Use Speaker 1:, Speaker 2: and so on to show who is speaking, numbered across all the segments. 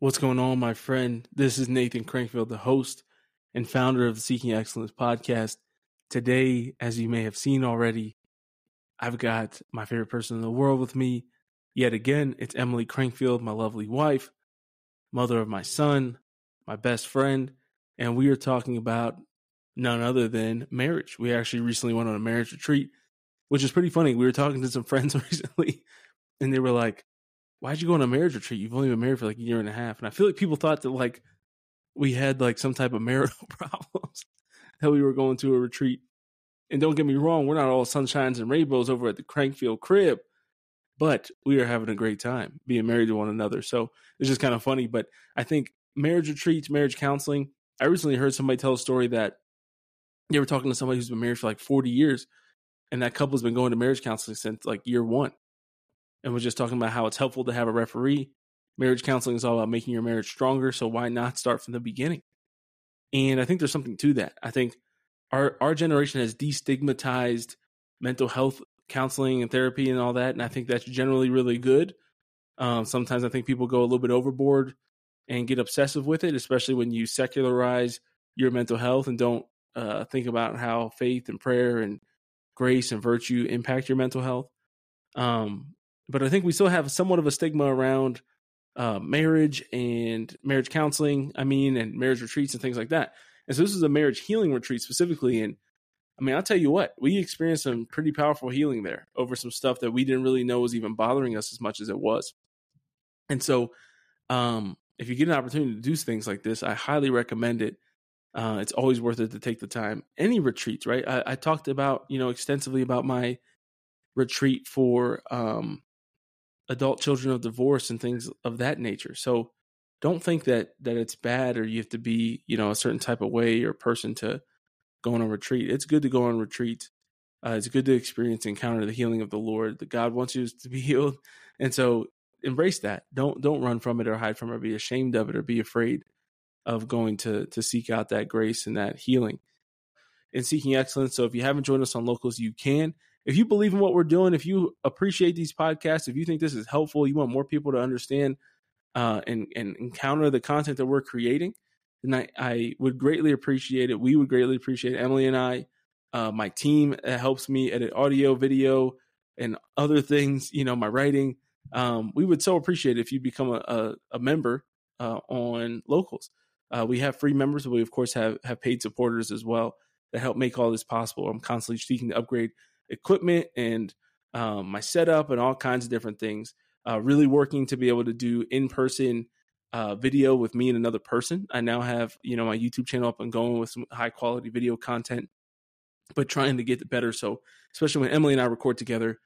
Speaker 1: What's going on, my friend? This is Nathan Crankfield, the host and founder of the Seeking Excellence podcast. Today, as you may have seen already, I've got my favorite person in the world with me. Yet again, it's Emily Crankfield, my lovely wife, mother of my son, my best friend, and we are talking about none other than marriage. We actually recently went on a marriage retreat, which is pretty funny. We were talking to some friends recently, and they were like, why'd you go on a marriage retreat? You've only been married for like a year and a half. And I feel like people thought that like we had like some type of marital problems that we were going to a retreat. And don't get me wrong, we're not all sunshines and rainbows over at the Crankfield crib, but we are having a great time being married to one another. So it's just kind of funny. But I think marriage retreats, marriage counseling. I recently heard somebody tell a story that they were talking to somebody who's been married for like 40 years, and that couple's been going to marriage counseling since like year one and was just talking about how it's helpful to have a referee. Marriage counseling is all about making your marriage stronger, so why not start from the beginning? And I think there's something to that. I think our our generation has destigmatized mental health counseling and therapy and all that, and I think that's generally really good. Um, sometimes I think people go a little bit overboard and get obsessive with it, especially when you secularize your mental health and don't uh, think about how faith and prayer and grace and virtue impact your mental health. Um, but I think we still have somewhat of a stigma around uh, marriage and marriage counseling. I mean, and marriage retreats and things like that. And so this is a marriage healing retreat specifically. And I mean, I'll tell you what, we experienced some pretty powerful healing there over some stuff that we didn't really know was even bothering us as much as it was. And so, um, if you get an opportunity to do things like this, I highly recommend it. Uh, it's always worth it to take the time. Any retreats, right? I, I talked about, you know, extensively about my retreat for um, adult children of divorce and things of that nature. So don't think that that it's bad or you have to be, you know, a certain type of way or person to go on a retreat. It's good to go on retreat. Uh, it's good to experience encounter the healing of the Lord. That God wants you to be healed, and so embrace that. Don't don't run from it or hide from it or be ashamed of it or be afraid of going to to seek out that grace and that healing. And seeking excellence. So if you haven't joined us on Locals, you can if you believe in what we're doing, if you appreciate these podcasts, if you think this is helpful, you want more people to understand uh, and and encounter the content that we're creating, then I, I would greatly appreciate it. We would greatly appreciate it. Emily and I, uh, my team that helps me edit audio, video, and other things. You know, my writing. Um, we would so appreciate it if you become a a, a member uh, on Locals. Uh, we have free members, but we of course have have paid supporters as well that help make all this possible. I'm constantly seeking to upgrade equipment and um, my setup and all kinds of different things. Uh, really working to be able to do in person uh, video with me and another person. I now have you know my YouTube channel up and going with some high quality video content, but trying to get better. So especially when Emily and I record together,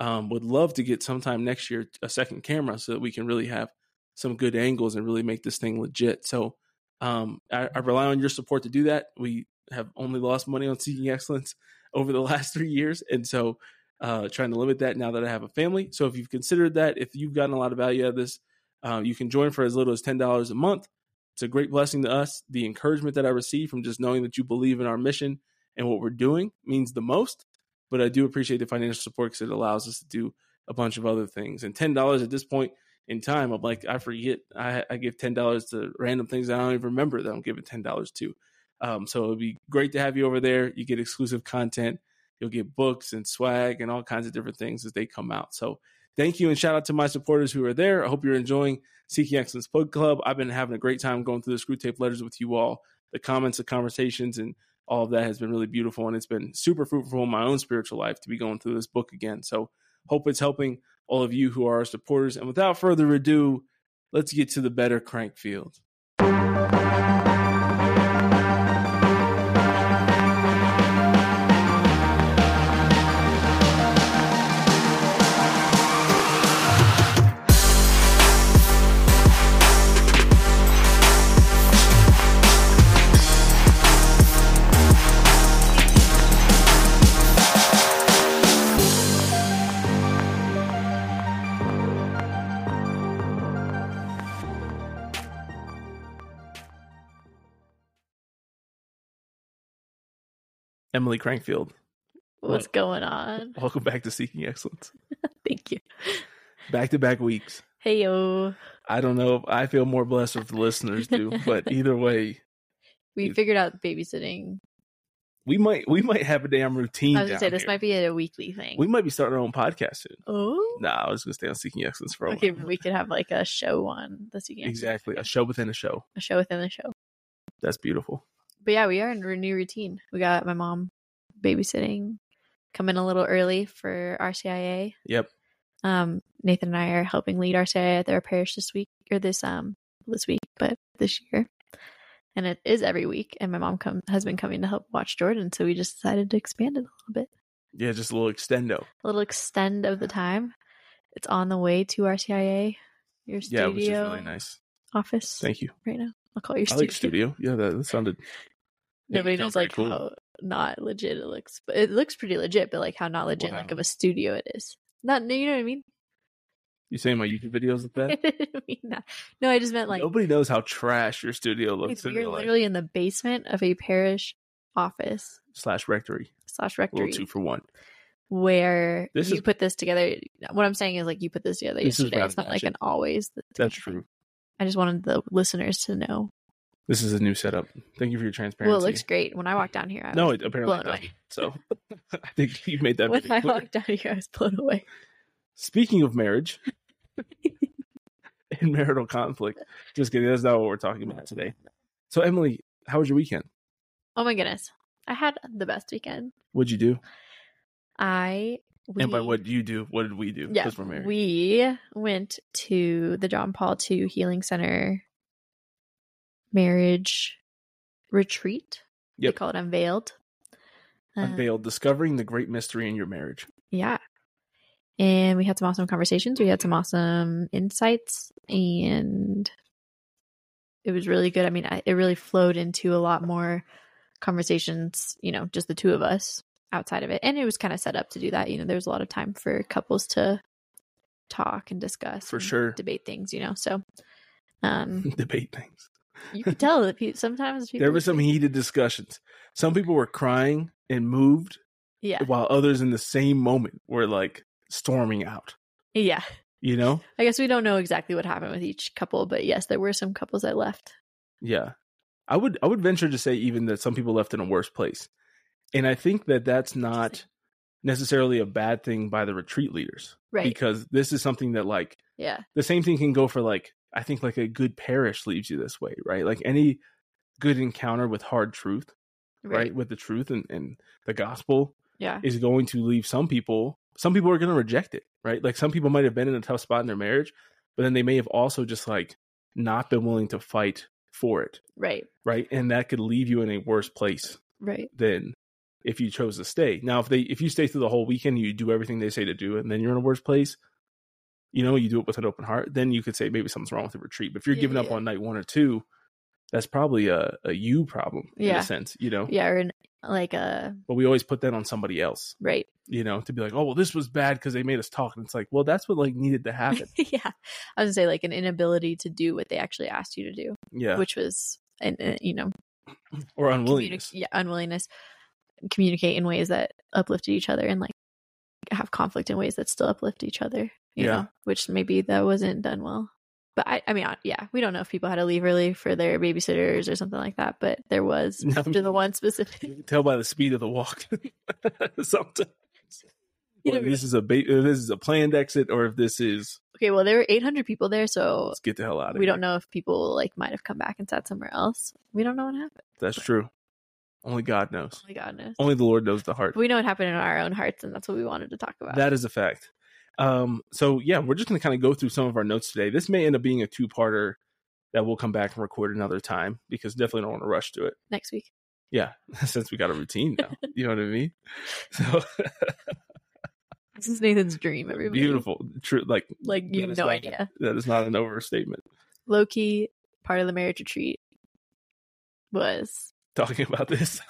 Speaker 1: um, would love to get sometime next year a second camera so that we can really have some good angles and really make this thing legit. So um, I, I rely on your support to do that. We have only lost money on seeking excellence over the last three years. And so, uh, trying to limit that now that I have a family. So, if you've considered that, if you've gotten a lot of value out of this, uh, you can join for as little as $10 a month. It's a great blessing to us. The encouragement that I receive from just knowing that you believe in our mission and what we're doing means the most. But I do appreciate the financial support because it allows us to do a bunch of other things. And $10 at this point in time, I'm like, I forget. I, I give $10 to random things I don't even remember that I'm giving $10 to. Um, so it'd be great to have you over there. You get exclusive content. You'll get books and swag and all kinds of different things as they come out. So thank you and shout out to my supporters who are there. I hope you're enjoying Seeking Excellence Book Club. I've been having a great time going through the screw tape letters with you all. The comments, the conversations, and all of that has been really beautiful. And it's been super fruitful in my own spiritual life to be going through this book again. So hope it's helping all of you who are our supporters. And without further ado, let's get to the better crank field. Emily Crankfield.
Speaker 2: What's going on?
Speaker 1: Welcome back to Seeking Excellence.
Speaker 2: Thank you.
Speaker 1: back to back weeks.
Speaker 2: Hey yo.
Speaker 1: I don't know if I feel more blessed if the listeners do, but either way,
Speaker 2: We
Speaker 1: Dude.
Speaker 2: figured out babysitting.
Speaker 1: we might we might have a damn routine.
Speaker 2: I was gonna
Speaker 1: down
Speaker 2: say this
Speaker 1: here.
Speaker 2: might be a weekly thing.
Speaker 1: we might be starting our own podcast soon.
Speaker 2: oh
Speaker 1: Nah, I was gonna stay on Seeking Excellence for a
Speaker 2: okay,
Speaker 1: while.
Speaker 2: we could have like a show on this weekend.
Speaker 1: Exactly. A show within a show.
Speaker 2: A show within the show.
Speaker 1: That's beautiful.
Speaker 2: But yeah, we are in a new routine. We got my mom babysitting, coming a little early for RCIA.
Speaker 1: Yep.
Speaker 2: Um, Nathan and I are helping lead RCIA at their parish this week or this um this week, but this year. And it is every week, and my mom come, has been coming to help watch Jordan, so we just decided to expand it a little bit.
Speaker 1: Yeah, just a little extendo.
Speaker 2: a little extend of the time. It's on the way to RCIA, your studio
Speaker 1: Yeah, which is really nice.
Speaker 2: office
Speaker 1: Thank you.
Speaker 2: right now. I'll call your
Speaker 1: I
Speaker 2: studio.
Speaker 1: like studio. Yeah, that, that sounded
Speaker 2: Nobody
Speaker 1: sounds
Speaker 2: knows
Speaker 1: very
Speaker 2: like
Speaker 1: cool.
Speaker 2: how not legit it looks, but it looks pretty legit. But like how not legit, like
Speaker 1: Wow.
Speaker 2: of a studio it is. Not you know what I mean.
Speaker 1: You saying my YouTube videos look
Speaker 2: I
Speaker 1: bad?
Speaker 2: didn't mean that. No, I just meant like
Speaker 1: Nobody knows how trash your studio looks in
Speaker 2: you're
Speaker 1: real life.
Speaker 2: literally in the basement of a parish office
Speaker 1: Slash rectory.
Speaker 2: slash
Speaker 1: A little
Speaker 2: rectory
Speaker 1: two for one.
Speaker 2: where
Speaker 1: This
Speaker 2: you
Speaker 1: is-
Speaker 2: put this together. What I'm saying is like you put this together
Speaker 1: This is
Speaker 2: yesterday. It's
Speaker 1: rough
Speaker 2: not like
Speaker 1: magic.
Speaker 2: an always.
Speaker 1: That's true.
Speaker 2: I just wanted the listeners to know
Speaker 1: This is a new setup. Thank you for your transparency.
Speaker 2: Well, it looks great. When I walked down here, I
Speaker 1: no,
Speaker 2: was
Speaker 1: it apparently
Speaker 2: blown away.
Speaker 1: doesn't. So I think you made that
Speaker 2: when
Speaker 1: pretty
Speaker 2: I
Speaker 1: clear.
Speaker 2: walked down here, I was blown away.
Speaker 1: Speaking of marriage and marital conflict, just kidding. That's not what we're talking about today. So, Emily, how was your weekend?
Speaker 2: Oh my goodness, I had the best weekend.
Speaker 1: What'd you do?
Speaker 2: I we,
Speaker 1: and by what you do, what did we do?
Speaker 2: Yeah,
Speaker 1: we're married.
Speaker 2: we went to the John Paul II Healing Center marriage retreat. They
Speaker 1: Yep.
Speaker 2: call it unveiled. Uh,
Speaker 1: Unveiled discovering the great mystery in your marriage.
Speaker 2: Yeah. And we had some awesome conversations. We had some awesome insights, and it was really good. I mean, I, it really flowed into a lot more conversations, you know, just the two of us outside of it. And it was kind of set up to do that. You know, there was a lot of time for couples to talk and discuss
Speaker 1: For
Speaker 2: and
Speaker 1: sure.
Speaker 2: debate things, you know. So, um,
Speaker 1: Debate things.
Speaker 2: you could tell that pe- sometimes people
Speaker 1: There were some heated discussions. Some people were crying and moved.
Speaker 2: yeah,
Speaker 1: while others in the same moment were like storming out
Speaker 2: yeah.
Speaker 1: you know
Speaker 2: I guess we don't know exactly what happened with each couple, but yes, there were some couples that left.
Speaker 1: yeah i would i would venture to say even that some people left in a worse place and i think that that's not necessarily a bad thing by the retreat leaders
Speaker 2: Right.
Speaker 1: because this is something that like
Speaker 2: yeah.
Speaker 1: the same thing can go for like i think like a good parish leaves you this way right like any good encounter with hard truth right, with the truth and, and the gospel
Speaker 2: Yeah.
Speaker 1: is going to leave some people some people are going to reject it right like some people might have been in a tough spot in their marriage but then they may have also just like not been willing to fight for it
Speaker 2: Right.
Speaker 1: right and that could leave you in a worse place
Speaker 2: Right.
Speaker 1: than if you chose to stay now if they if you stay through the whole weekend you do everything they say to do and then you're in a worse place you know you do it with an open heart then you could say maybe something's wrong with the retreat but if you're
Speaker 2: Yeah,
Speaker 1: giving up
Speaker 2: yeah.
Speaker 1: on night one or two that's probably a, a you problem in
Speaker 2: Yeah.
Speaker 1: a sense you know
Speaker 2: Yeah. Or in, like a
Speaker 1: but we always put that on somebody else
Speaker 2: right.
Speaker 1: you know, to be like, oh well, this was bad because they made us talk, and it's like, well, that's what like needed to happen.
Speaker 2: yeah. I was gonna say like an inability to do what they actually asked you to do,
Speaker 1: Yeah,
Speaker 2: which was an uh, you know
Speaker 1: or
Speaker 2: communi-
Speaker 1: unwillingness.
Speaker 2: yeah, unwillingness communicate in ways that uplifted each other and like have conflict in ways that still uplift each other. You
Speaker 1: Yeah.
Speaker 2: Know? Which maybe that wasn't done well. But I, I mean, I- yeah, we don't know if people had to leave early for their babysitters or something like that, but there was
Speaker 1: No.
Speaker 2: after the one specific.
Speaker 1: You can tell by the speed of the walk. Sometimes
Speaker 2: You know,
Speaker 1: Whether this is a ba- if this is a planned exit, or if this is
Speaker 2: okay, well, there were 800 people there, so
Speaker 1: let's get the hell out of here.
Speaker 2: we don't know if people like might have come back and sat somewhere else. We don't know what happened. Oh
Speaker 1: That's true. Only God knows.
Speaker 2: Only God knows.
Speaker 1: Only the Lord knows the heart.
Speaker 2: But we know what happened in our own hearts, and that's what we wanted to talk about.
Speaker 1: That is a fact. Um, so yeah, we're just gonna kind of go through some of our notes today. This may end up being a two-parter that we'll come back and record another time because definitely don't want to rush to it.
Speaker 2: Next week,
Speaker 1: Yeah, since we got a routine now, you know what I mean. So
Speaker 2: this is Nathan's dream. Everybody,
Speaker 1: beautiful, true. Like
Speaker 2: Like you
Speaker 1: That
Speaker 2: have
Speaker 1: is
Speaker 2: no
Speaker 1: not-
Speaker 2: idea.
Speaker 1: that is not an overstatement.
Speaker 2: Low key part of the marriage retreat was
Speaker 1: Talking about this,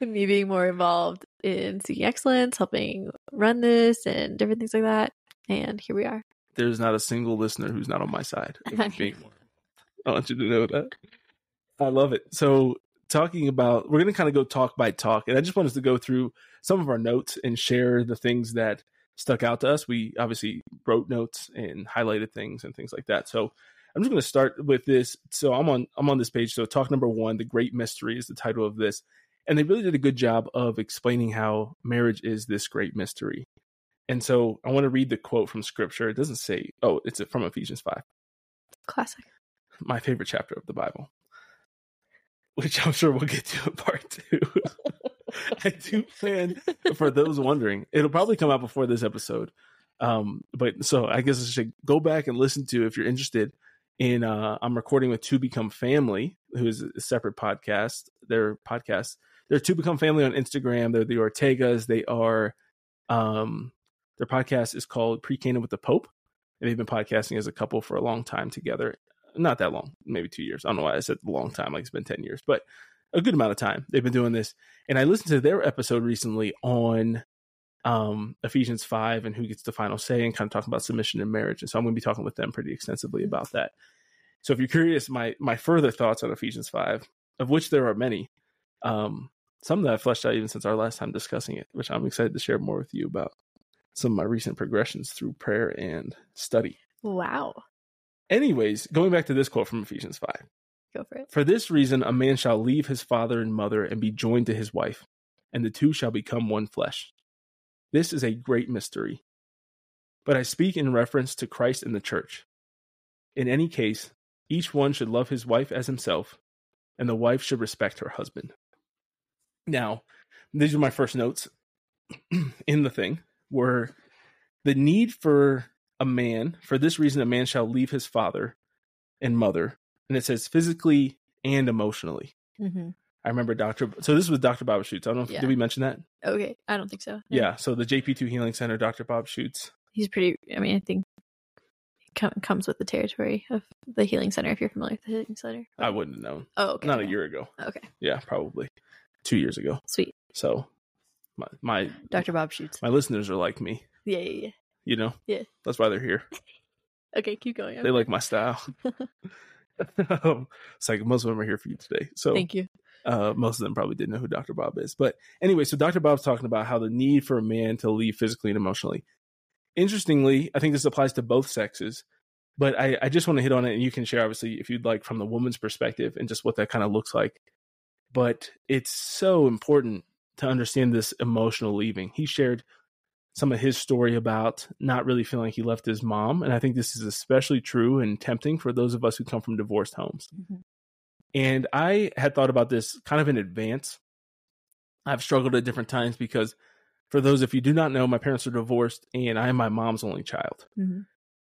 Speaker 2: me being more involved in seeking excellence, helping run this, and different things like that. And here we are.
Speaker 1: there's not a single listener who's not on my side. if I'm being more- I want you to know that. I love it. So, talking about, we're going to kind of go talk by talk, and I just want us to go through some of our notes and share the things that stuck out to us, we obviously wrote notes and highlighted things and things like that. So I'm just going to start with this. So I'm on I'm on this page. So talk number one, the great mystery is the title of this, and they really did a good job of explaining how marriage is this great mystery. And so I want to read the quote from scripture. It doesn't say, oh, it's from Ephesians 5,
Speaker 2: Classic.
Speaker 1: my favorite chapter of the Bible, which I'm sure we'll get to in part two. I do plan for those wondering. It'll probably come out before this episode. Um, but so I guess I should go back and listen to if you're interested. In uh, I'm recording with Two Become Family, who is a separate podcast. Their podcast, they're Two Become Family on Instagram. They're the Ortegas. They are, um, their podcast is called Pre Canaan with the Pope, and they've been podcasting as a couple for a long time together. Not that long, maybe two years. I don't know why I said long time, like it's been ten years, but a good amount of time they've been doing this and I listened to their episode recently on um, Ephesians five and who gets the final say, and kind of talking about submission in marriage. And so I'm going to be talking with them pretty extensively about that. So if you're curious, my my further thoughts on Ephesians five, of which there are many, um, some that I fleshed out even since our last time discussing it, which I'm excited to share more with you about some of my recent progressions through prayer and study.
Speaker 2: Wow.
Speaker 1: Anyways, going back to this quote from Ephesians five.
Speaker 2: Go for it.
Speaker 1: For this reason, a man shall leave his father and mother and be joined to his wife, and the two shall become one flesh. This is a great mystery. But I speak in reference to Christ and the church. In any case, each one should love his wife as himself, and the wife should respect her husband. Now, these are my first notes in the thing were the need for a man, for this reason, a man shall leave his father and mother and it says physically and emotionally.
Speaker 2: Mm-hmm.
Speaker 1: I remember Dr. B- So this was Dr. Bob Schutz. I don't know if,
Speaker 2: Yeah.
Speaker 1: did we mention that?
Speaker 2: Okay. I don't think so. No.
Speaker 1: Yeah. So the JP2 Healing Center, Dr. Bob Schutz.
Speaker 2: He's pretty. I mean, I think it com- comes with the territory of the healing center. If you're familiar with the healing center.
Speaker 1: I wouldn't have known.
Speaker 2: Oh, okay.
Speaker 1: Not a
Speaker 2: okay.
Speaker 1: year ago.
Speaker 2: Okay.
Speaker 1: Yeah, probably two years ago.
Speaker 2: Sweet.
Speaker 1: So my my
Speaker 2: Dr. Bob shoots.
Speaker 1: my listeners are like me.
Speaker 2: Yeah, yeah, yeah.
Speaker 1: You know.
Speaker 2: Yeah.
Speaker 1: That's why they're here.
Speaker 2: Okay, keep going.
Speaker 1: They like my style. um, it's like most of them are here for you today. So
Speaker 2: Thank you.
Speaker 1: uh, most of them probably didn't know who Dr. Bob is. But anyway, so Dr. Bob's talking about how the need for a man to leave physically and emotionally. Interestingly, I think this applies to both sexes, but I, I just want to hit on it, and you can share, obviously, if you'd like, from the woman's perspective and just what that kind of looks like. But it's so important to understand this emotional leaving. He shared some of his story about not really feeling like he left his mom. And I think this is especially true and tempting for those of us who come from divorced homes.
Speaker 2: Mhm.
Speaker 1: And I had thought about this kind of in advance. I've struggled at different times because, for those if you do not know, my parents are divorced and I am my mom's only child.
Speaker 2: Mhm.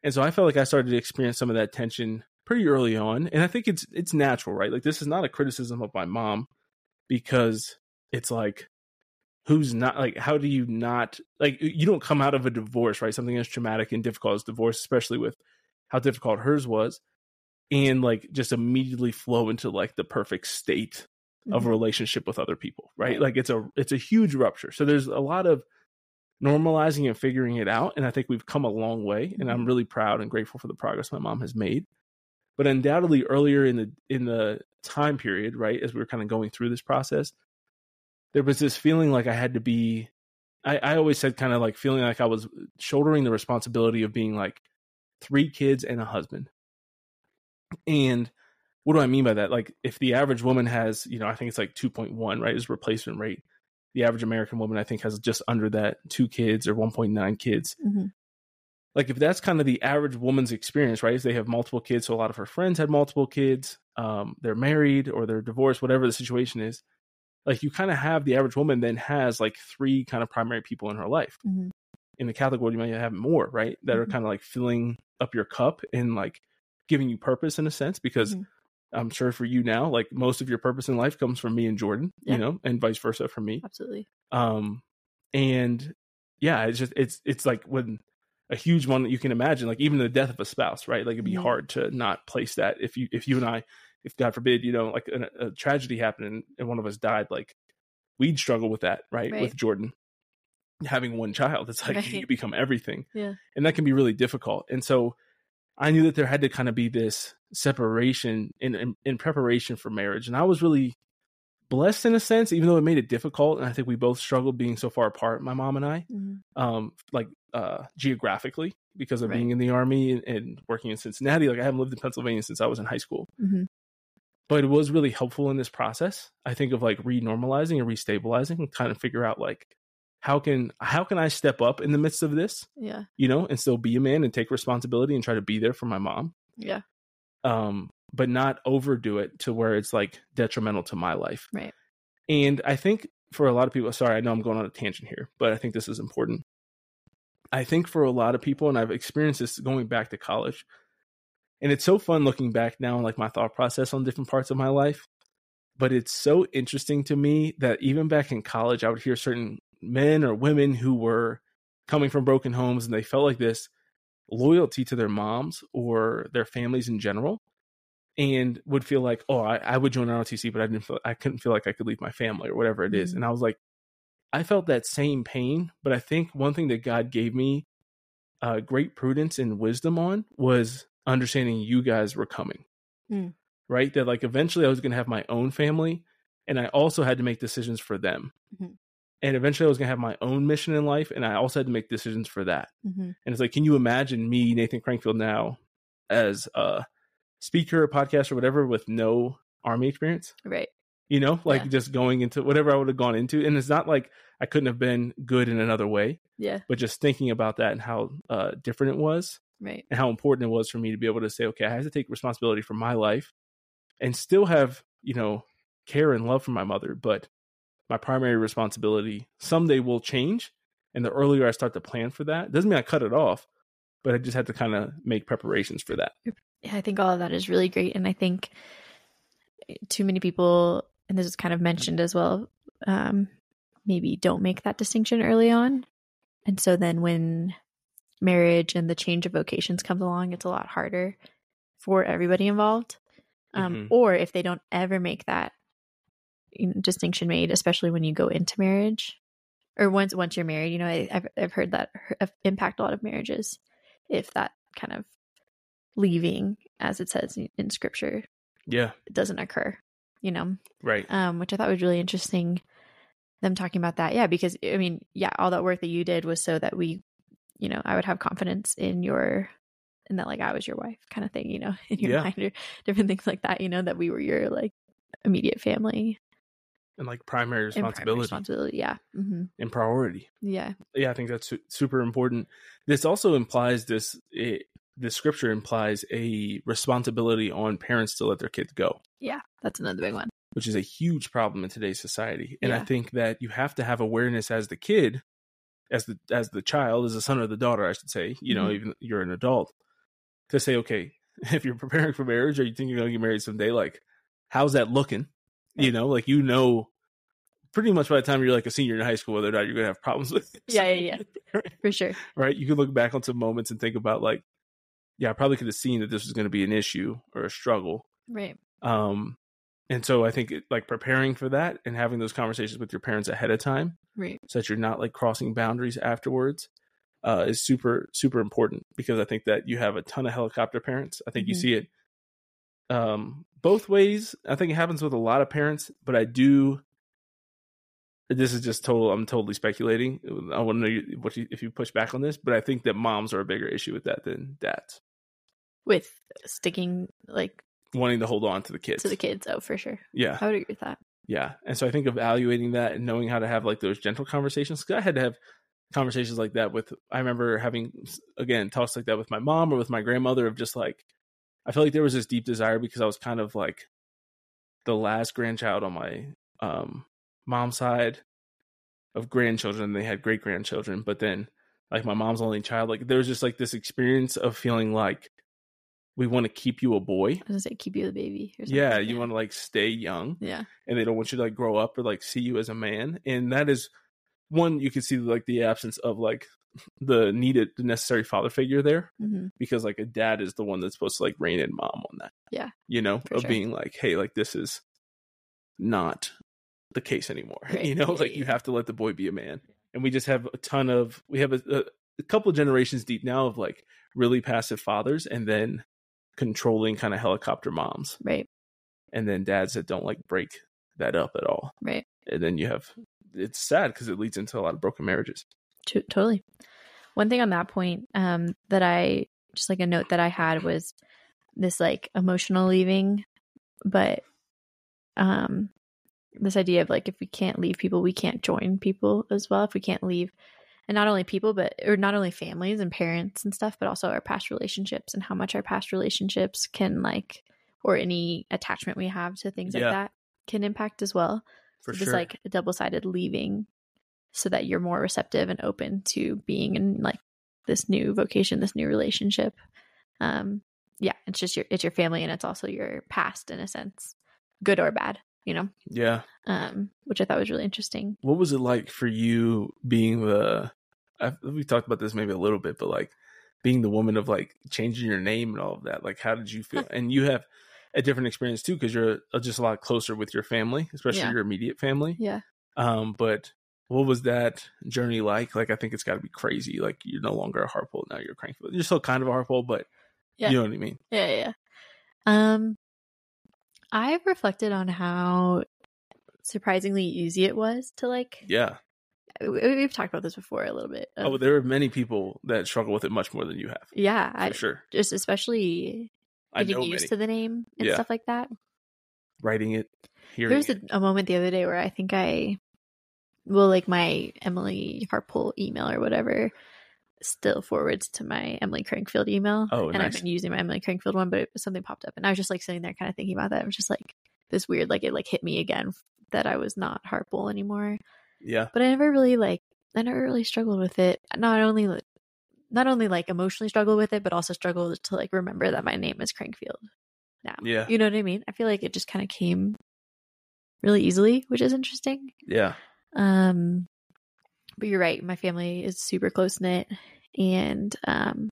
Speaker 1: And so I felt like I started to experience some of that tension pretty early on. And I think it's it's natural, right? Like this is not a criticism of my mom because it's like who's not like how do you not like you don't come out of a divorce, right? Something as traumatic and difficult as divorce, especially with how difficult hers was, and like just immediately flow into like the perfect state of a
Speaker 2: Mhm.
Speaker 1: relationship with other people right?
Speaker 2: Right.
Speaker 1: like it's a it's a huge rupture so there's a lot of normalizing and figuring it out and i think we've come a long way and i'm really proud and grateful for the progress my mom has made but undoubtedly earlier in the in the time period right as we were kind of going through this process there was this feeling like i had to be i, I always said kind of like feeling like i was shouldering the responsibility of being like three kids and a husband and what do I mean by that? Like, if the average woman has, you know, I think it's like 2.1, right, is replacement rate. The average American woman, I think, has just under that two kids or 1.9 kids.
Speaker 2: Mhm.
Speaker 1: Like, if that's kind of the average woman's experience, right, is they have multiple kids. So a lot of her friends had multiple kids. Um, they're married or they're divorced, whatever the situation is. Like, you kind of have the average woman then has like three kind of primary people in her life
Speaker 2: Mhm.
Speaker 1: in the Catholic world, you might have more, right? That are
Speaker 2: Mhm.
Speaker 1: kind of like filling up your cup and like giving you purpose in a sense. Because
Speaker 2: Mhm.
Speaker 1: I'm sure for you now, like most of your purpose in life comes from me and Jordan,
Speaker 2: Yeah.
Speaker 1: you know, and vice versa for me.
Speaker 2: Absolutely.
Speaker 1: Um, and yeah, it's just it's it's like when a huge one that you can imagine, like even the death of a spouse, right? Like it'd be
Speaker 2: Mhm.
Speaker 1: hard to not place that if you if you and I, if God forbid, you know, like an, a tragedy happened and, and one of us died, like we'd struggle with that, right?
Speaker 2: Right.
Speaker 1: With Jordan having one child, it's like
Speaker 2: Right.
Speaker 1: you become everything,
Speaker 2: Yeah.
Speaker 1: and that can be really difficult. And so I knew that there had to kind of be this separation in in, in preparation for marriage, and I was really blessed in a sense, even though it made it difficult. And I think we both struggled being so far apart, my mom and I.
Speaker 2: Mhm.
Speaker 1: Um, like uh, geographically because of
Speaker 2: Right.
Speaker 1: being in the army and, and working in Cincinnati. Like I haven't lived in Pennsylvania since I was in high school,
Speaker 2: Mhm.
Speaker 1: but it was really helpful in this process. I think of like renormalizing and restabilizing and kind of figure out like how can how can I step up in the midst of this,
Speaker 2: Yeah.
Speaker 1: you know, and still be a man and take responsibility and try to be there for my mom,
Speaker 2: Yeah.
Speaker 1: um, but not overdo it to where it's like detrimental to my life.
Speaker 2: Right.
Speaker 1: And I think for a lot of people, sorry, I know I'm going on a tangent here, but I think this is important. I think for a lot of people, and I've experienced this going back to college, and it's so fun looking back now, on, like my thought process on different parts of my life. But it's so interesting to me that even back in college, I would hear certain men or women who were coming from broken homes and they felt like this loyalty to their moms or their families in general and would feel like, oh, I, I would join ROTC, but I didn't feel I couldn't feel like I could leave my family or whatever it is.
Speaker 2: Mhm.
Speaker 1: And I was like, I felt that same pain, but I think one thing that God gave me uh, great prudence and wisdom on was understanding you guys were coming,
Speaker 2: Mm.
Speaker 1: right? That like eventually I was going to have my own family, and I also had to make decisions for them.
Speaker 2: Mhm.
Speaker 1: And eventually I was going to have my own mission in life, and I also had to make decisions for that.
Speaker 2: Mm-hmm.
Speaker 1: And it's like, can you imagine me, Nathan Crankfield, now as a speaker, or podcast, or whatever, with no army experience?
Speaker 2: Right.
Speaker 1: You know, like
Speaker 2: Yeah.
Speaker 1: just going into whatever I would have gone into. And it's not like I couldn't have been good in another way,
Speaker 2: Yeah.
Speaker 1: but just thinking about that and how uh, different it was
Speaker 2: Right.
Speaker 1: and how important it was for me to be able to say, okay, I have to take responsibility for my life and still have, you know, care and love for my mother, but my primary responsibility someday will change. And the earlier I start to plan for that, doesn't mean I cut it off, but I just had to kind of make preparations for that.
Speaker 2: Yeah, I think all of that is really great. And I think too many people, and this is kind of mentioned as well, um, maybe don't make that distinction early on. And so then when marriage and the change of vocations comes along, it's a lot harder for everybody involved. Um,
Speaker 1: Mhm.
Speaker 2: Or if they don't ever make that you know, distinction made, especially when you go into marriage or once once you're married, you know, I, I've, I've heard that h- impact a lot of marriages if that kind of leaving, as it says in- in scripture,
Speaker 1: Yeah.
Speaker 2: doesn't occur, you know,
Speaker 1: Right.
Speaker 2: um, which I thought was really interesting. Them talking about that, yeah, because I mean, yeah, all that work that you did was so that we, you know, I would have confidence in your, in that like I was your wife kind of thing, you know, in your
Speaker 1: Yeah.
Speaker 2: mind or different things like that, you know, that we were your like immediate family
Speaker 1: And like primary
Speaker 2: and primary
Speaker 1: responsibility
Speaker 2: responsibility, yeah, hmm
Speaker 1: and priority.
Speaker 2: yeah,
Speaker 1: yeah, I think that's su- super important. This also implies this. It, the scripture implies a responsibility on parents to let their kids go,
Speaker 2: yeah, that's another big one,
Speaker 1: which is a huge problem in today's society. And I
Speaker 2: Yeah.
Speaker 1: think that you have to have awareness as the kid, as the as the child, as the son or the daughter, I should say. You know,
Speaker 2: Mhm.
Speaker 1: even you're an adult, to say, okay, if you're preparing for marriage or you think you're going to get married someday, like, how's that looking? You
Speaker 2: Right.
Speaker 1: know, like you know, pretty much by the time you're like a senior in high school, whether or not you're going to have problems with. This.
Speaker 2: Yeah, yeah,
Speaker 1: yeah.
Speaker 2: for sure,
Speaker 1: right? You can look back on some moments and think about like, yeah, I probably could have seen that this was going to be an issue or a struggle.
Speaker 2: right,
Speaker 1: Um, and so I think it, like preparing for that and having those conversations with your parents ahead of time,
Speaker 2: right,
Speaker 1: so that you're not like crossing boundaries afterwards, uh, is super super important because I think that you have a ton of helicopter parents. I think you
Speaker 2: Mhm.
Speaker 1: see it um both ways. I think it happens with a lot of parents, but I do. This is just total. I'm totally speculating. I want to know you, what you, if you push back on this, but I think that moms are a bigger issue with that than dads
Speaker 2: with sticking like
Speaker 1: wanting to hold on to the kids.
Speaker 2: to the kids, oh, for sure,
Speaker 1: Yeah,
Speaker 2: I would agree with that,
Speaker 1: yeah. And so I think evaluating that and knowing how to have like those gentle conversations. Because I had to have conversations like that with. I remember having again talks like that with my mom or with my grandmother of just like, I felt like there was this deep desire because I was kind of like the last grandchild on my um mom's side of grandchildren. They had great grandchildren, but then like my mom's only child. Like there was just like this experience of feeling like we want to keep you a boy.
Speaker 2: I was gonna say keep you the baby, or something.
Speaker 1: Yeah, you want to like stay young
Speaker 2: yeah,
Speaker 1: and they don't want you to like grow up or like see you as a man. And that is one you can see like the absence of like the needed the necessary father figure there
Speaker 2: hmm
Speaker 1: because like a dad is the one that's supposed to like rein in mom on that.
Speaker 2: Yeah,
Speaker 1: You know,
Speaker 2: for
Speaker 1: of
Speaker 2: sure.
Speaker 1: being like, hey, like this is not the case anymore.
Speaker 2: Right,
Speaker 1: You know,
Speaker 2: yeah,
Speaker 1: like
Speaker 2: yeah,
Speaker 1: you
Speaker 2: yeah.
Speaker 1: have to let the boy be a man. And we just have a ton of we have a, a, a couple of generations deep now of like really passive fathers and then controlling kind of helicopter moms
Speaker 2: Right,
Speaker 1: and then dads that don't like break that up at all
Speaker 2: right.
Speaker 1: and then you have it's sad because it leads into a lot of broken marriages.
Speaker 2: To- totally. One thing on that point um, that I just like a note that I had was this like emotional leaving, but um, this idea of like if we can't leave people, we can't join people as well. If we can't leave, and not only people, but or not only families and parents and stuff, but also our past relationships and how much our past relationships can like or any attachment we have to things
Speaker 1: Yeah.
Speaker 2: like that can impact as well.
Speaker 1: for
Speaker 2: so
Speaker 1: sure.
Speaker 2: just like a double sided leaving so that you're more receptive and open to being in like this new vocation, this new relationship. Um yeah, it's just your it's your family and it's also your past in a sense. Good or bad, you know.
Speaker 1: yeah.
Speaker 2: Um, which I thought was really interesting.
Speaker 1: What was it like for you being the? I, we talked about this maybe a little bit, but like being the woman of like changing your name and all of that. Like, how did you feel? and you have a different experience too because you're uh, just a lot closer with your family, especially
Speaker 2: Yeah.
Speaker 1: your immediate family.
Speaker 2: Yeah.
Speaker 1: Um, but what was that journey like? Like, I think it's got to be crazy. Like, you're no longer a Harpole now; you're a Crankfield. You're still kind of a Harpole, but
Speaker 2: Yeah.
Speaker 1: you know what I mean.
Speaker 2: Yeah, yeah. yeah. Um, I've reflected on how surprisingly easy it was to like.
Speaker 1: Yeah.
Speaker 2: we- We've talked about this before a little bit. of-
Speaker 1: Oh, there are many people that struggle with it much more than you have, for
Speaker 2: yeah, I,
Speaker 1: sure.
Speaker 2: just especially
Speaker 1: I
Speaker 2: getting
Speaker 1: know
Speaker 2: used
Speaker 1: many
Speaker 2: to the name and
Speaker 1: Yeah.
Speaker 2: stuff like that.
Speaker 1: writing it, hearing
Speaker 2: There was
Speaker 1: it.
Speaker 2: a, a moment the other day where I think I, well, like my Emily Harpole email or whatever, still forwards to my Emily Crankfield email.
Speaker 1: Oh,
Speaker 2: and
Speaker 1: nice.
Speaker 2: I've been using my Emily Crankfield one, but it, something popped up, and I was just like sitting there, kind of thinking about that. It was just like this weird, like it like hit me again that I was not Harpole anymore.
Speaker 1: yeah,
Speaker 2: But I never really like, I never really struggled with it. Not only, like- not only like emotionally struggled with it, but also struggled to like remember that my name is Crankfield.
Speaker 1: yeah,
Speaker 2: You know what I mean? I feel like it just kind of came really easily, which is interesting.
Speaker 1: yeah.
Speaker 2: Um, but you're right. My family is super close knit, and um,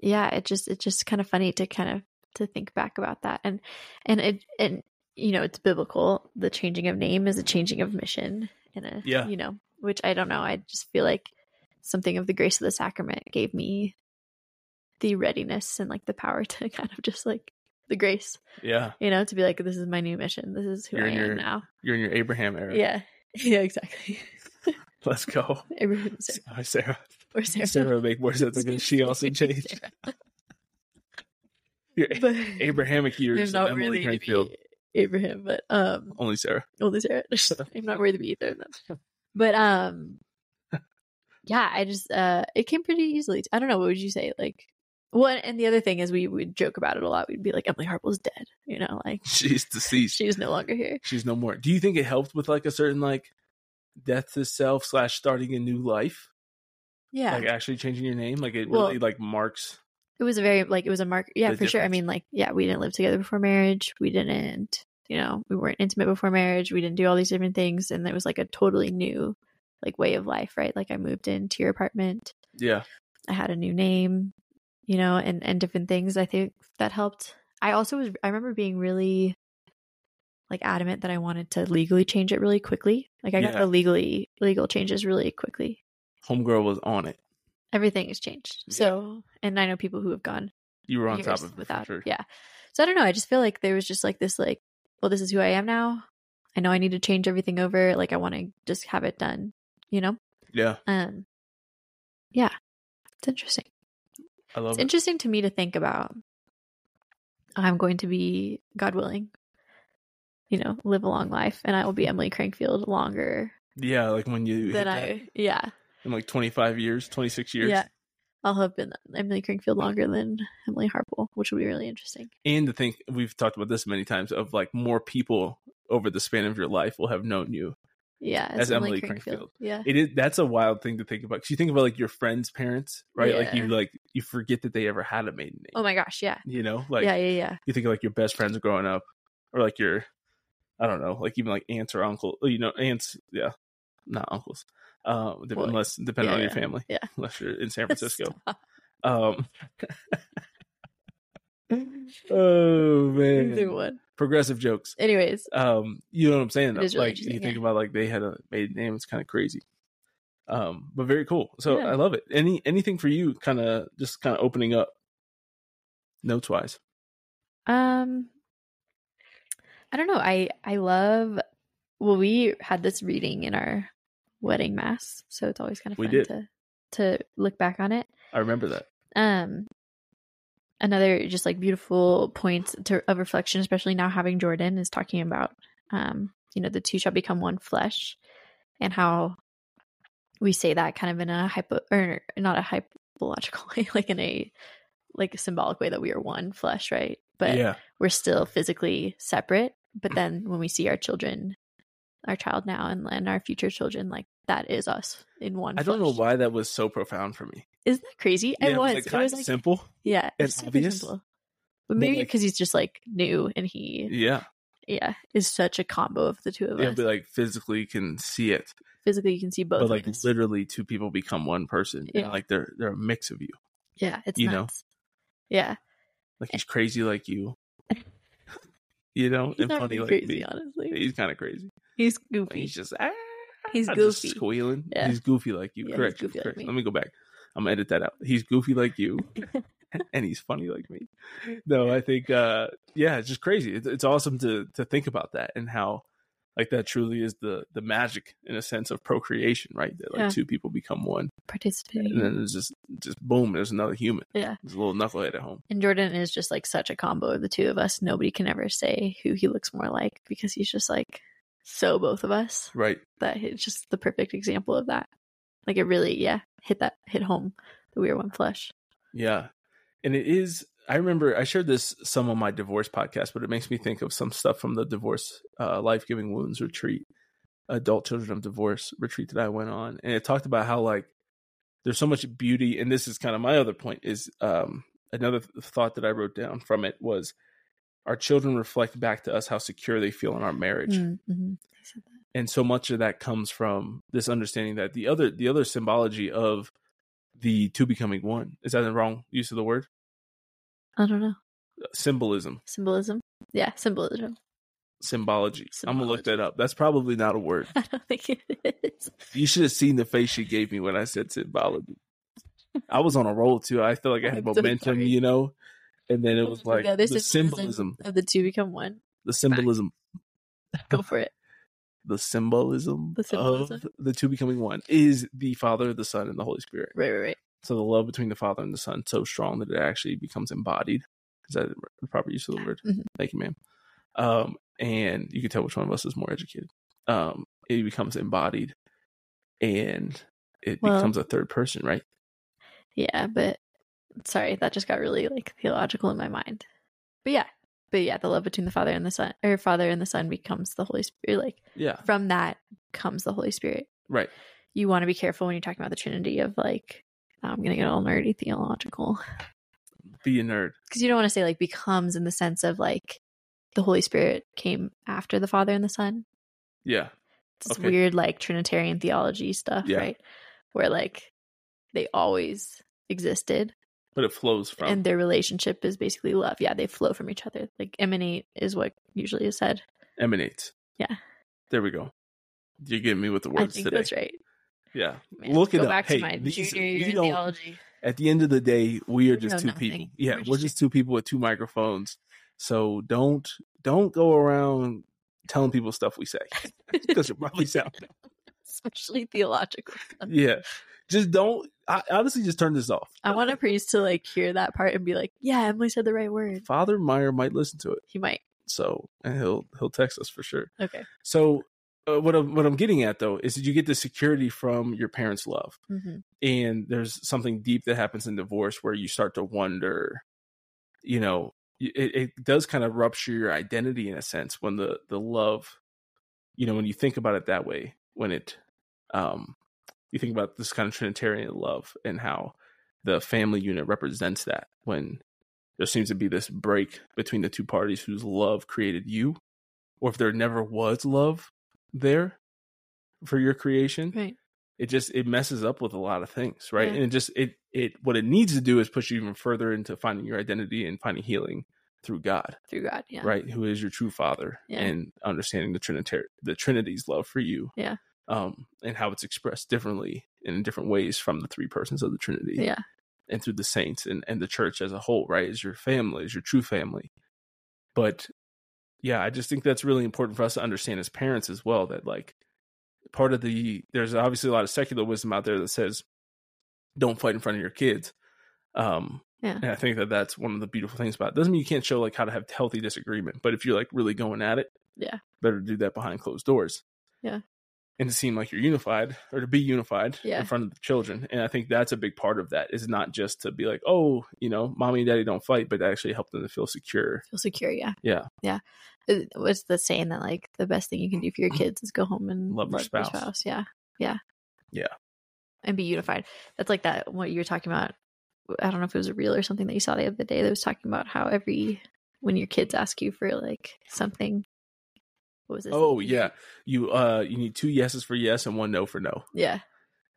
Speaker 2: yeah, it just it's just kind of funny to kind of to think back about that, and and it and you know it's biblical. The changing of name is a changing of mission, and a
Speaker 1: Yeah.
Speaker 2: you know, which I don't know. I just feel like something of the grace of the sacrament gave me the readiness and like the power to kind of just like the grace,
Speaker 1: Yeah,
Speaker 2: you know, to be like this is my new mission. This is who
Speaker 1: You're
Speaker 2: I
Speaker 1: in
Speaker 2: am
Speaker 1: your-
Speaker 2: now.
Speaker 1: you're in your Abraham era.
Speaker 2: Yeah. Yeah, exactly.
Speaker 1: let's go.
Speaker 2: Abraham
Speaker 1: Sorry,
Speaker 2: and Sarah.
Speaker 1: Sarah.
Speaker 2: Or Sarah.
Speaker 1: Sarah would make more sense because she also changed
Speaker 2: Sarah.
Speaker 1: your
Speaker 2: But
Speaker 1: Abrahamic
Speaker 2: I'm
Speaker 1: years. of
Speaker 2: not
Speaker 1: Emily
Speaker 2: worthy to
Speaker 1: Crankfield.
Speaker 2: be Abraham, but um,
Speaker 1: Only Sarah.
Speaker 2: only Sarah. I'm not worthy to be either of them. But um, yeah, I just uh, it came pretty easily. I don't know. What would you say? Like, well, and the other thing is we would joke about it a lot. We'd be like, Emily Harple's dead. You know, like
Speaker 1: She's deceased.
Speaker 2: she's no longer here.
Speaker 1: She's no more. Do you think it helped with like a certain like death to self slash starting a new life?
Speaker 2: Yeah.
Speaker 1: Like actually changing your name? Like it
Speaker 2: Well-
Speaker 1: really like marks.
Speaker 2: it was a very like it was a mark yeah
Speaker 1: The
Speaker 2: for sure i
Speaker 1: difference.
Speaker 2: mean like yeah we didn't live together before marriage we didn't you know we weren't intimate before marriage we didn't do all these different things and it was like a totally new like way of life right like i moved into your apartment
Speaker 1: Yeah.
Speaker 2: i had a new name you know and and different things i think that helped i also was i remember being really like adamant that i wanted to legally change it really quickly like i got
Speaker 1: Yeah.
Speaker 2: the legally legal changes really quickly
Speaker 1: Homegirl was on it.
Speaker 2: everything has changed
Speaker 1: Yeah.
Speaker 2: so and i know people who have gone
Speaker 1: You were on top
Speaker 2: years
Speaker 1: of it
Speaker 2: without
Speaker 1: for sure.
Speaker 2: yeah so i don't know i just feel like there was just like this like well this is who i am now i know i need to change everything over like i want to just have it done you know
Speaker 1: Yeah.
Speaker 2: um yeah it's interesting
Speaker 1: I love
Speaker 2: it's
Speaker 1: it.
Speaker 2: interesting to me to think about i'm going to be god willing you know live a long life and i will be emily crankfield longer
Speaker 1: Yeah, like when you hit
Speaker 2: than
Speaker 1: that
Speaker 2: i yeah
Speaker 1: in like twenty five years, twenty six years.
Speaker 2: yeah i'll have been emily crankfield longer than emily harpole which will be really interesting
Speaker 1: and to think we've talked about this many times of like more people over the span of your life will have known you.
Speaker 2: yeah
Speaker 1: As Emily Crankfield.
Speaker 2: yeah
Speaker 1: It is that's a wild thing to think about because you think about like your friends' parents, right? Like you
Speaker 2: Yeah.
Speaker 1: like you forget that they ever had a maiden name.
Speaker 2: oh my gosh yeah
Speaker 1: You know, like
Speaker 2: yeah yeah yeah
Speaker 1: you think of like your best friends growing up, or like your I don't know, like even like aunts or uncle, you know, aunts, yeah, not uncles, uh, dep-
Speaker 2: Well,
Speaker 1: unless depending
Speaker 2: yeah,
Speaker 1: on your
Speaker 2: yeah,
Speaker 1: family,
Speaker 2: yeah.
Speaker 1: unless you're in San Francisco.
Speaker 2: Stop.
Speaker 1: um, oh
Speaker 2: Either
Speaker 1: man,
Speaker 2: one.
Speaker 1: progressive jokes.
Speaker 2: Anyways,
Speaker 1: um you know what i'm saying though?
Speaker 2: is really
Speaker 1: like you
Speaker 2: interesting,
Speaker 1: think
Speaker 2: yeah.
Speaker 1: about like they had a maiden name it's kind of crazy um but very cool so
Speaker 2: Yeah.
Speaker 1: i love it any anything for you kind of just kind of opening up notes wise
Speaker 2: um, I don't know. I I love. Well, we had this reading in our wedding mass, so it's always kind of
Speaker 1: We
Speaker 2: fun
Speaker 1: did.
Speaker 2: to to look back on it.
Speaker 1: I remember that.
Speaker 2: Um, another just like beautiful point to, of reflection, especially now having Jordan, is talking about, um, you know, the two shall become one flesh, and how we say that kind of in a hypo or not a hypological way, like in a like a symbolic way that we are one flesh, right? But
Speaker 1: yeah.
Speaker 2: we're still physically separate. But then when we see our children, our child now, and, and our future children, like that is us in one.
Speaker 1: I don't know
Speaker 2: flesh.
Speaker 1: why that was so profound for me.
Speaker 2: Isn't that crazy?
Speaker 1: Yeah,
Speaker 2: it was. It
Speaker 1: kinda
Speaker 2: was like
Speaker 1: simple.
Speaker 2: yeah, it
Speaker 1: and
Speaker 2: was super
Speaker 1: obvious,
Speaker 2: simple. But
Speaker 1: but,
Speaker 2: maybe
Speaker 1: like-
Speaker 2: because he's just like new and he
Speaker 1: Yeah.
Speaker 2: yeah is such a combo of the two of
Speaker 1: Yeah,
Speaker 2: us.
Speaker 1: but like physically can see it.
Speaker 2: Physically, you can see both.
Speaker 1: But
Speaker 2: of
Speaker 1: like
Speaker 2: us.
Speaker 1: literally two people become one person. and,
Speaker 2: Yeah.
Speaker 1: like they're they're a mix of you.
Speaker 2: yeah, it's
Speaker 1: you know.
Speaker 2: nuts. Yeah,
Speaker 1: Like he's crazy like you. you know,
Speaker 2: he's
Speaker 1: and
Speaker 2: not
Speaker 1: funny
Speaker 2: really
Speaker 1: like
Speaker 2: crazy,
Speaker 1: me.
Speaker 2: honestly.
Speaker 1: He's kind of crazy.
Speaker 2: He's
Speaker 1: Like,
Speaker 2: goofy.
Speaker 1: he's just ah,
Speaker 2: He's
Speaker 1: just
Speaker 2: goofy.
Speaker 1: squealing.
Speaker 2: Yeah.
Speaker 1: He's goofy like you.
Speaker 2: Yeah, he's
Speaker 1: correct.
Speaker 2: goofy like
Speaker 1: correct.
Speaker 2: me.
Speaker 1: Let me go back. I'm gonna edit that out. He's goofy like you, and he's funny like me. No, I think uh yeah, it's just crazy. It's, it's awesome to to think about that and how like that truly is the the magic in a sense of procreation, right? That like
Speaker 2: Yeah.
Speaker 1: two people become one,
Speaker 2: Participating.
Speaker 1: and then it's just just boom, there's another human.
Speaker 2: Yeah.
Speaker 1: there's a little knucklehead at home.
Speaker 2: And Jordan is just like such a combo of the two of us. Nobody can ever say who he looks more like because he's just like so both of us
Speaker 1: Right.
Speaker 2: that it's just the perfect example of that. Like it really, yeah, hit that hit home that we are one flesh.
Speaker 1: Yeah. And it is I remember I shared this some on my divorce podcast, but it makes me think of some stuff from the divorce uh, life giving wounds retreat, adult children of divorce retreat that I went on. And it talked about how like there's so much beauty and this is kind of my other point is um another th- thought that I wrote down from it was our children reflect back to us how secure they feel in our marriage
Speaker 2: Mm-hmm.
Speaker 1: and so much of that comes from this understanding that the other the other symbology of the two becoming one is that the wrong use of the word
Speaker 2: I don't know
Speaker 1: symbolism
Speaker 2: symbolism. Yeah, symbolism.
Speaker 1: symbology. i'm gonna look that up that's probably not a word
Speaker 2: I don't think it is.
Speaker 1: you should have seen the face she gave me when i said symbology i was on a roll too i feel like i had
Speaker 2: I'm so
Speaker 1: momentum
Speaker 2: sorry.
Speaker 1: you know and then it was like
Speaker 2: No,
Speaker 1: the
Speaker 2: this
Speaker 1: symbolism,
Speaker 2: is of the two become one.
Speaker 1: the symbolism
Speaker 2: Go for it.
Speaker 1: the symbolism
Speaker 2: The
Speaker 1: of
Speaker 2: symbolism.
Speaker 1: the two becoming one is the father the son and the holy spirit
Speaker 2: Right, right, right.
Speaker 1: so the love between the father and the son so strong that it actually becomes embodied is that the proper use of the word
Speaker 2: Mhm.
Speaker 1: thank you ma'am um and you can tell which one of us is more educated um it becomes embodied and it
Speaker 2: Well-
Speaker 1: becomes a third person right
Speaker 2: Yeah, but sorry, that just got really like theological in my mind. But yeah, but yeah, the love between the Father and the Son, or Father and the Son, becomes the Holy Spirit. Like
Speaker 1: yeah
Speaker 2: from that comes the Holy Spirit.
Speaker 1: right
Speaker 2: You want to be careful when you're talking about the Trinity of like. now I'm gonna get all nerdy theological
Speaker 1: be a nerd
Speaker 2: because you don't want to say like becomes in the sense of like the Holy Spirit came after the Father and the Son.
Speaker 1: yeah
Speaker 2: It's this
Speaker 1: Okay.
Speaker 2: weird like Trinitarian theology stuff,
Speaker 1: Yeah.
Speaker 2: right? Where like they always existed
Speaker 1: but it flows from
Speaker 2: and their relationship is basically love. Yeah, they flow from each other. Like emanate is what usually is said.
Speaker 1: emanates
Speaker 2: Yeah.
Speaker 1: there we go you're getting me with the
Speaker 2: I
Speaker 1: words
Speaker 2: think
Speaker 1: today
Speaker 2: that's right.
Speaker 1: yeah
Speaker 2: Man,
Speaker 1: Look it
Speaker 2: go
Speaker 1: up.
Speaker 2: back
Speaker 1: Hey,
Speaker 2: to my
Speaker 1: these-
Speaker 2: junior
Speaker 1: we
Speaker 2: year
Speaker 1: don't-
Speaker 2: theology.
Speaker 1: at the end of the day, we are
Speaker 2: We
Speaker 1: just
Speaker 2: know
Speaker 1: two
Speaker 2: nothing.
Speaker 1: people. Yeah,
Speaker 2: We're
Speaker 1: we're
Speaker 2: just
Speaker 1: just two people with two microphones. So don't don't go around telling people stuff we say because it probably sound.
Speaker 2: Especially theological. stuff.
Speaker 1: Yeah, just don't. I, honestly, just turn this off.
Speaker 2: I want a priest to like hear that part and be like, "Yeah, Emily said the right word."
Speaker 1: Father Meyer might listen to it,
Speaker 2: He might.
Speaker 1: so and he'll he'll text us for sure.
Speaker 2: Okay.
Speaker 1: So uh, what I'm what I'm getting at though is that you get the security from your parents' love.
Speaker 2: hmm
Speaker 1: and there's something deep that happens in divorce where you start to wonder you know it, it does kind of rupture your identity in a sense when the the love you know when you think about it that way when it um you think about this kind of trinitarian love and how the family unit represents that when there seems to be this break between the two parties whose love created you or if there never was love there for your creation
Speaker 2: Right.
Speaker 1: it just it messes up with a lot of things right
Speaker 2: Yeah.
Speaker 1: and it just it it what it needs to do is push you even further into finding your identity and finding healing through god
Speaker 2: Through God. Yeah.
Speaker 1: right who is your true father
Speaker 2: Yeah.
Speaker 1: and understanding the trinitar the trinity's love for you
Speaker 2: Yeah.
Speaker 1: um and how it's expressed differently and in different ways from the three persons of the trinity
Speaker 2: Yeah.
Speaker 1: and through the saints and, and the church as a whole, right? Is your family, is your true family. But yeah, I just think that's really important for us to understand as parents as well that like part of the there's obviously a lot of secular wisdom out there that says don't fight in front of your kids. Um,
Speaker 2: Yeah.
Speaker 1: And I think that that's one of the beautiful things about it. Doesn't mean you can't show like how to have healthy disagreement, but if you're like really going at it,
Speaker 2: Yeah.
Speaker 1: better to do that behind closed doors.
Speaker 2: Yeah.
Speaker 1: And to seem like you're unified or to be unified
Speaker 2: Yeah.
Speaker 1: in front of the children. And I think that's a big part of that is not just to be like, oh, you know, mommy and daddy don't fight, but to actually help them to feel secure.
Speaker 2: Feel secure, yeah.
Speaker 1: Yeah.
Speaker 2: Yeah. It- What's the saying that like the best thing you can do for your kids is go home and
Speaker 1: Love your spouse.
Speaker 2: Yeah. Yeah.
Speaker 1: Yeah.
Speaker 2: And be unified. That's like that what you were talking about. I don't know if it was a reel or something that you saw the other day that was talking about how every when your kids ask you for like something what was it?
Speaker 1: Oh yeah. You uh you need two yeses for yes and one no for no.
Speaker 2: Yeah.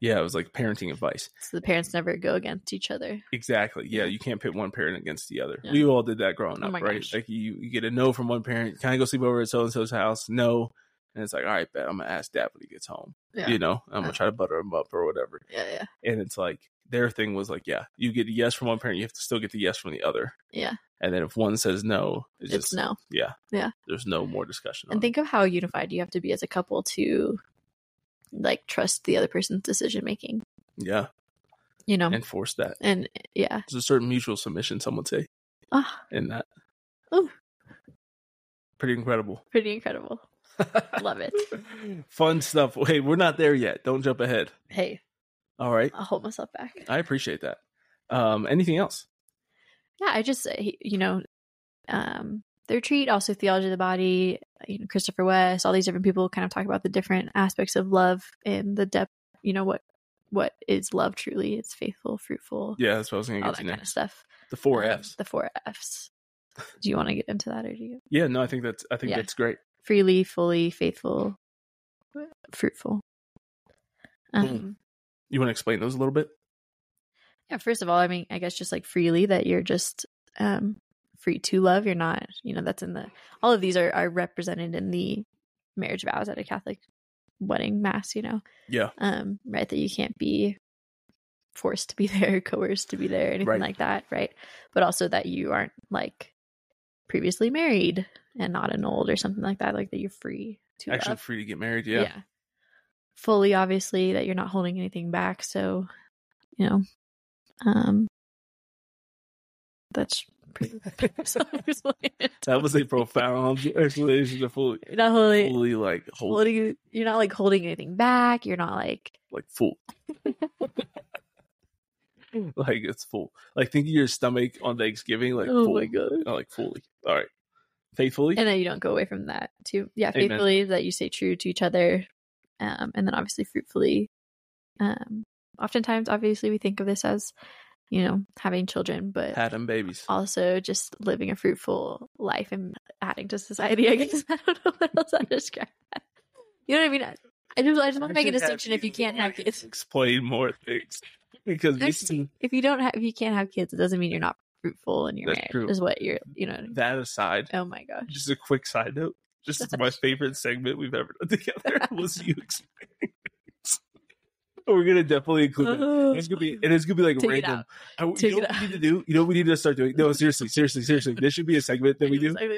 Speaker 1: Yeah, it was like parenting advice.
Speaker 2: So the parents never go against each other.
Speaker 1: Exactly. Yeah, you can't pit one parent against the other.
Speaker 2: Yeah.
Speaker 1: We all did that growing
Speaker 2: Oh
Speaker 1: up,
Speaker 2: my
Speaker 1: right?
Speaker 2: gosh.
Speaker 1: Like you, you get a no from one parent. Can I go sleep over at so and so's house? No. And it's like, all right, bet I'm gonna ask dad when he gets home.
Speaker 2: Yeah.
Speaker 1: You know, I'm gonna
Speaker 2: Yeah.
Speaker 1: try to butter him up or whatever.
Speaker 2: Yeah, yeah.
Speaker 1: And it's like their thing was like, yeah, you get a yes from one parent, you have to still get the yes from the other.
Speaker 2: Yeah.
Speaker 1: And then if one says no, it's,
Speaker 2: It's
Speaker 1: just
Speaker 2: no.
Speaker 1: Yeah.
Speaker 2: Yeah.
Speaker 1: There's no more discussion.
Speaker 2: And
Speaker 1: on it.
Speaker 2: think of how unified you have to be as a couple to like trust the other person's decision making,
Speaker 1: Yeah.
Speaker 2: you know? And,
Speaker 1: And force that.
Speaker 2: yeah.
Speaker 1: There's a certain mutual submission, some would say,
Speaker 2: Oh,
Speaker 1: in that.
Speaker 2: Ooh.
Speaker 1: Pretty incredible.
Speaker 2: pretty incredible. Love it.
Speaker 1: Fun stuff. Hey, we're not there yet. Don't jump ahead.
Speaker 2: Hey,
Speaker 1: All right.
Speaker 2: I'll hold myself back.
Speaker 1: I appreciate that. Um, anything else?
Speaker 2: Yeah, I just, uh, he- you know, um, the retreat, also theology of the body, you know, Christopher West, all these different people kind of talk about the different aspects of love and the depth, you know, what what is love truly? It's faithful, fruitful,
Speaker 1: Yeah, that's what I was going to get
Speaker 2: all Oh, that
Speaker 1: to
Speaker 2: kind of
Speaker 1: next.
Speaker 2: stuff.
Speaker 1: The four
Speaker 2: Um,
Speaker 1: Fs.
Speaker 2: The four Fs. Do you want to get into that or do you?
Speaker 1: Yeah, no, I think that's I think
Speaker 2: Yeah.
Speaker 1: that's great.
Speaker 2: freely, fully, faithful, fruitful. Um,
Speaker 1: Boom. You want to explain those a little bit?
Speaker 2: Yeah, first of all, I mean, I guess just like freely that you're just um, free to love. You're not, you know, that's in the, all of these are, are represented in the marriage vows at a Catholic wedding mass, you know,
Speaker 1: Yeah.
Speaker 2: um, right? That you can't be forced to be there, coerced to be there, anything
Speaker 1: Right.
Speaker 2: like that, right? But also that you aren't like previously married and not annulled or something like that, like that you're free to
Speaker 1: Actually
Speaker 2: love.
Speaker 1: free to get married. Yeah.
Speaker 2: fully obviously that you're not holding anything back so you know um that's pretty
Speaker 1: That was a profound explanation of fully,
Speaker 2: you're not holding,
Speaker 1: fully like whole,
Speaker 2: holding you're not like holding anything back you're not like
Speaker 1: like full. like it's full. Like think of your stomach on Thanksgiving, like
Speaker 2: oh
Speaker 1: full.
Speaker 2: my god
Speaker 1: Oh, like fully. All right. Faithfully.
Speaker 2: and then you don't go away from that too yeah
Speaker 1: Amen.
Speaker 2: faithfully that you stay true to each other um and then obviously fruitfully um oftentimes obviously we think of this as you know having children but
Speaker 1: had them babies.
Speaker 2: also just living a fruitful life and adding to society. I guess I don't know what else I describe that. You know what I mean? I, I just I just want to make a
Speaker 1: should have
Speaker 2: distinction if you
Speaker 1: kids.
Speaker 2: can't have kids.
Speaker 1: Explain more things because this is-
Speaker 2: If you don't have if you can't have kids, it doesn't mean you're not fruitful in your
Speaker 1: That's
Speaker 2: marriage.
Speaker 1: true.
Speaker 2: Is what you're you know.
Speaker 1: that aside,
Speaker 2: Oh my gosh.
Speaker 1: just a quick side note. Just my favorite segment we've ever done together was you explaining. things. We're gonna definitely include that. And It's gonna be and it's gonna be like
Speaker 2: Oh, Take it
Speaker 1: random.
Speaker 2: out.
Speaker 1: I, you
Speaker 2: Take
Speaker 1: know
Speaker 2: it
Speaker 1: what we
Speaker 2: out.
Speaker 1: need to do? You know what we need to start doing? No, seriously, seriously, seriously. This should be a segment that we do.
Speaker 2: Like,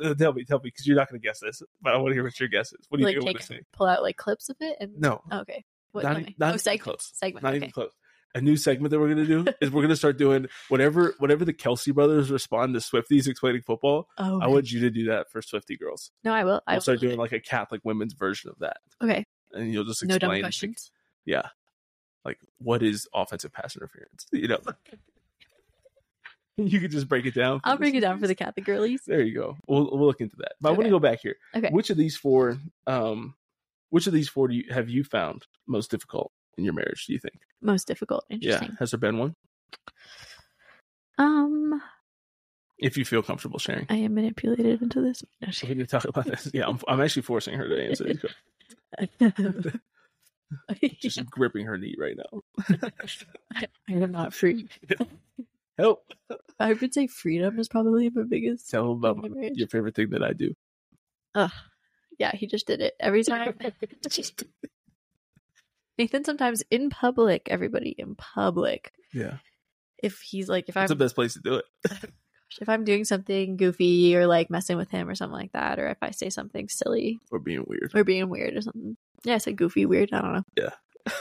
Speaker 1: Uh, tell me, tell me, because you're not gonna guess this, but I want to hear what your guess is. What do you think?
Speaker 2: take,
Speaker 1: want to say?
Speaker 2: pull out like clips of it and
Speaker 1: No,
Speaker 2: oh, okay. What,
Speaker 1: Not
Speaker 2: tell
Speaker 1: e-
Speaker 2: me.
Speaker 1: not
Speaker 2: oh,
Speaker 1: even
Speaker 2: segment,
Speaker 1: close.
Speaker 2: Segment.
Speaker 1: not
Speaker 2: okay.
Speaker 1: even close. A new segment that we're gonna do is we're gonna start doing whatever whatever the Kelsey brothers respond to Swifties explaining football.
Speaker 2: Oh,
Speaker 1: I want you to do that for Swifty girls.
Speaker 2: no, I will. I
Speaker 1: I'll
Speaker 2: will.
Speaker 1: start doing like a Catholic women's version of that,
Speaker 2: okay.
Speaker 1: and you'll just
Speaker 2: No
Speaker 1: explain.
Speaker 2: dumb
Speaker 1: like-
Speaker 2: questions.
Speaker 1: yeah, like what is offensive pass interference? You know, you could just break it down. for
Speaker 2: I'll
Speaker 1: the
Speaker 2: break it down for the
Speaker 1: Swifties.
Speaker 2: Catholic girlies.
Speaker 1: There you go. We'll we'll look into that. But I want
Speaker 2: Okay.
Speaker 1: to go back here.
Speaker 2: Okay.
Speaker 1: Which of these four, um, which of these four do you have you found most difficult in your marriage? Do you think?
Speaker 2: Most difficult.
Speaker 1: Yeah.
Speaker 2: Interesting.
Speaker 1: Has there been one?
Speaker 2: Um,
Speaker 1: if you feel comfortable sharing.
Speaker 2: I am manipulated into this. No, she-
Speaker 1: We need to talk about this. Yeah, I'm, I'm actually forcing her to answer. these questions. Just gripping her knee right now.
Speaker 2: I am not free.
Speaker 1: Help!
Speaker 2: I would say freedom is probably my biggest.
Speaker 1: Tell them about
Speaker 2: thing in marriage.
Speaker 1: your favorite thing that I do.
Speaker 2: Yeah, he just did it every time. Nathan sometimes in public, everybody in public.
Speaker 1: Yeah,
Speaker 2: If he's like, if I'm
Speaker 1: that's the best place to do it.
Speaker 2: if I'm doing something goofy or like messing with him or something like that, or if I say something silly
Speaker 1: Or being weird.
Speaker 2: or being weird or something. Yeah, I said goofy, weird. I don't know.
Speaker 1: Yeah.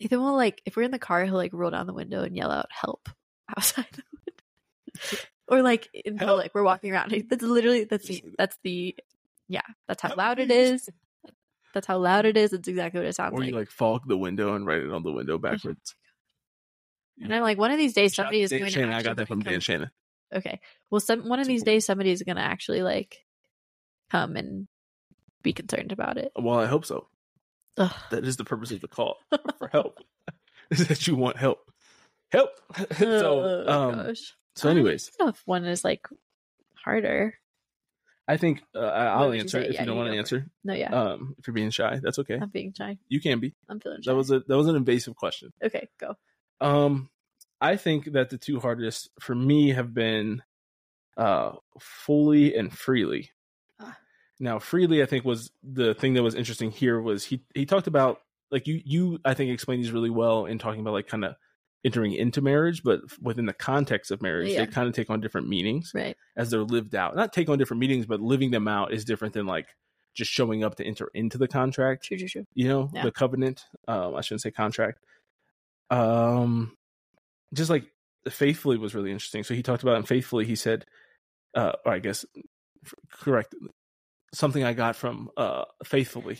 Speaker 2: Ethan will like if we're in the car, he'll like roll down the window and yell out "help" outside. The window. or like in
Speaker 1: Help.
Speaker 2: public, we're walking around. That's literally that's the, that's the yeah. That's how loud it is. That's how loud it is. That's exactly what it sounds
Speaker 1: or
Speaker 2: like.
Speaker 1: you like fog the window and write it on the window backwards.
Speaker 2: And I'm like, one of these days,
Speaker 1: Shout out
Speaker 2: Mm-hmm. somebody
Speaker 1: to
Speaker 2: is
Speaker 1: Dan Shannon.
Speaker 2: going to.
Speaker 1: I got
Speaker 2: actually
Speaker 1: that from Dan
Speaker 2: come-
Speaker 1: Shannon.
Speaker 2: Okay. Well, some one of these days, somebody is going to actually like come and be concerned about it.
Speaker 1: Well, I hope so.
Speaker 2: Ugh.
Speaker 1: That is the purpose of the call for help. is that you want help? Help. so,
Speaker 2: Oh,
Speaker 1: um,
Speaker 2: gosh.
Speaker 1: so anyways,
Speaker 2: I don't know if one is like harder.
Speaker 1: I think uh, I- I'll
Speaker 2: would you
Speaker 1: answer
Speaker 2: say?
Speaker 1: if
Speaker 2: Yeah,
Speaker 1: you don't
Speaker 2: you
Speaker 1: want
Speaker 2: go
Speaker 1: to answer.
Speaker 2: No, yeah,
Speaker 1: Um, if you're being shy, that's okay.
Speaker 2: I'm being shy.
Speaker 1: You can be.
Speaker 2: I'm feeling shy.
Speaker 1: That was a that was an invasive question.
Speaker 2: okay. Go.
Speaker 1: Um, I think that the two hardest for me have been uh fully and freely.
Speaker 2: Ah.
Speaker 1: Now, freely, I think was the thing that was interesting here was he he talked about like you you I think explained these really well in talking about like kind of entering into marriage, but within the context of marriage,
Speaker 2: Yeah.
Speaker 1: they kind of take on different meanings
Speaker 2: Right.
Speaker 1: as they're lived out. Not take on different meanings, but living them out is different than like just showing up to enter into the contract
Speaker 2: True. True. True.
Speaker 1: you know
Speaker 2: Yeah.
Speaker 1: the covenant um i shouldn't say contract um just like faithfully was really interesting so he talked about it in faithfully he said uh or i guess f- correct something i got from uh faithfully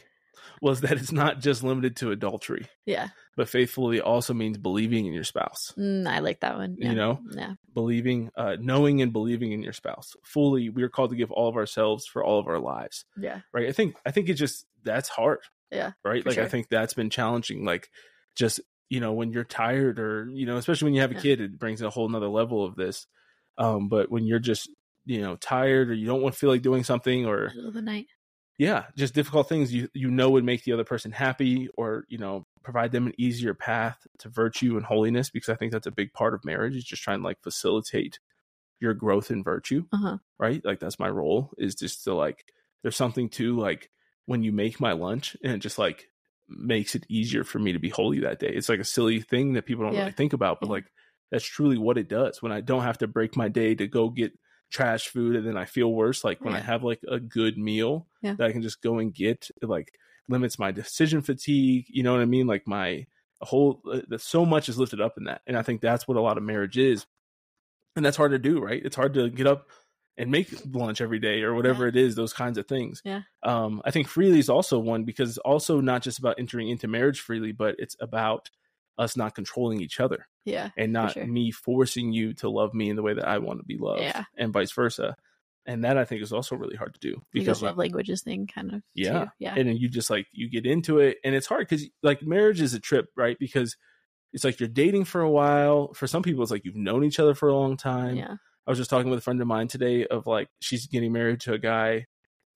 Speaker 1: was that it's not just limited to adultery
Speaker 2: Yeah.
Speaker 1: but faithfully also means believing in your spouse
Speaker 2: Mm, I like that one. Yeah.
Speaker 1: you know
Speaker 2: Yeah.
Speaker 1: believing uh knowing and believing in your spouse fully we are called to give all of ourselves for all of our lives
Speaker 2: Yeah.
Speaker 1: right i think i think it just that's hard
Speaker 2: Yeah,
Speaker 1: right
Speaker 2: for
Speaker 1: like i
Speaker 2: sure.
Speaker 1: think that's been challenging like just you know when you're tired or you know especially when you have a
Speaker 2: Yeah.
Speaker 1: kid it brings a whole nother level of this um but when you're just you know tired or you don't want to feel like doing something or
Speaker 2: Middle of the night.
Speaker 1: yeah just difficult things you you know would make the other person happy or you know provide them an easier path to virtue and holiness because i think that's a big part of marriage is just trying to like facilitate your growth in virtue
Speaker 2: Uh huh.
Speaker 1: right? Like that's my role is just to like there's something to like when you make my lunch and it just like makes it easier for me to be holy that day. It's like a silly thing that people don't
Speaker 2: Yeah.
Speaker 1: really think about, but
Speaker 2: Yeah.
Speaker 1: like that's truly what it does. When I don't have to break my day to go get trash food and then I feel worse, like when I
Speaker 2: Yeah.
Speaker 1: have like a good meal
Speaker 2: Yeah.
Speaker 1: that I can just go and get, it like limits my decision fatigue, you know what I mean? Like my whole uh, the- so much is lifted up in that. And I think that's what a lot of marriage is. And that's hard to do, right? It's hard to get up and make lunch every day or whatever
Speaker 2: Yeah.
Speaker 1: it is those kinds of things
Speaker 2: Yeah.
Speaker 1: um i think freely is also one because it's also not just about entering into marriage freely but it's about us not controlling each other
Speaker 2: Yeah.
Speaker 1: and not
Speaker 2: sure.
Speaker 1: me forcing you to love me in the way that i want to be loved
Speaker 2: Yeah.
Speaker 1: and vice versa and that i think is also really hard to do
Speaker 2: Because
Speaker 1: because
Speaker 2: love languages thing kind of.
Speaker 1: Yeah.
Speaker 2: Too. Yeah.
Speaker 1: and then you just like you get into it and it's hard because like marriage is a trip right because it's like you're dating for a while for some people it's like you've known each other for a long time
Speaker 2: yeah.
Speaker 1: I was just talking with a friend of mine today of like she's getting married to a guy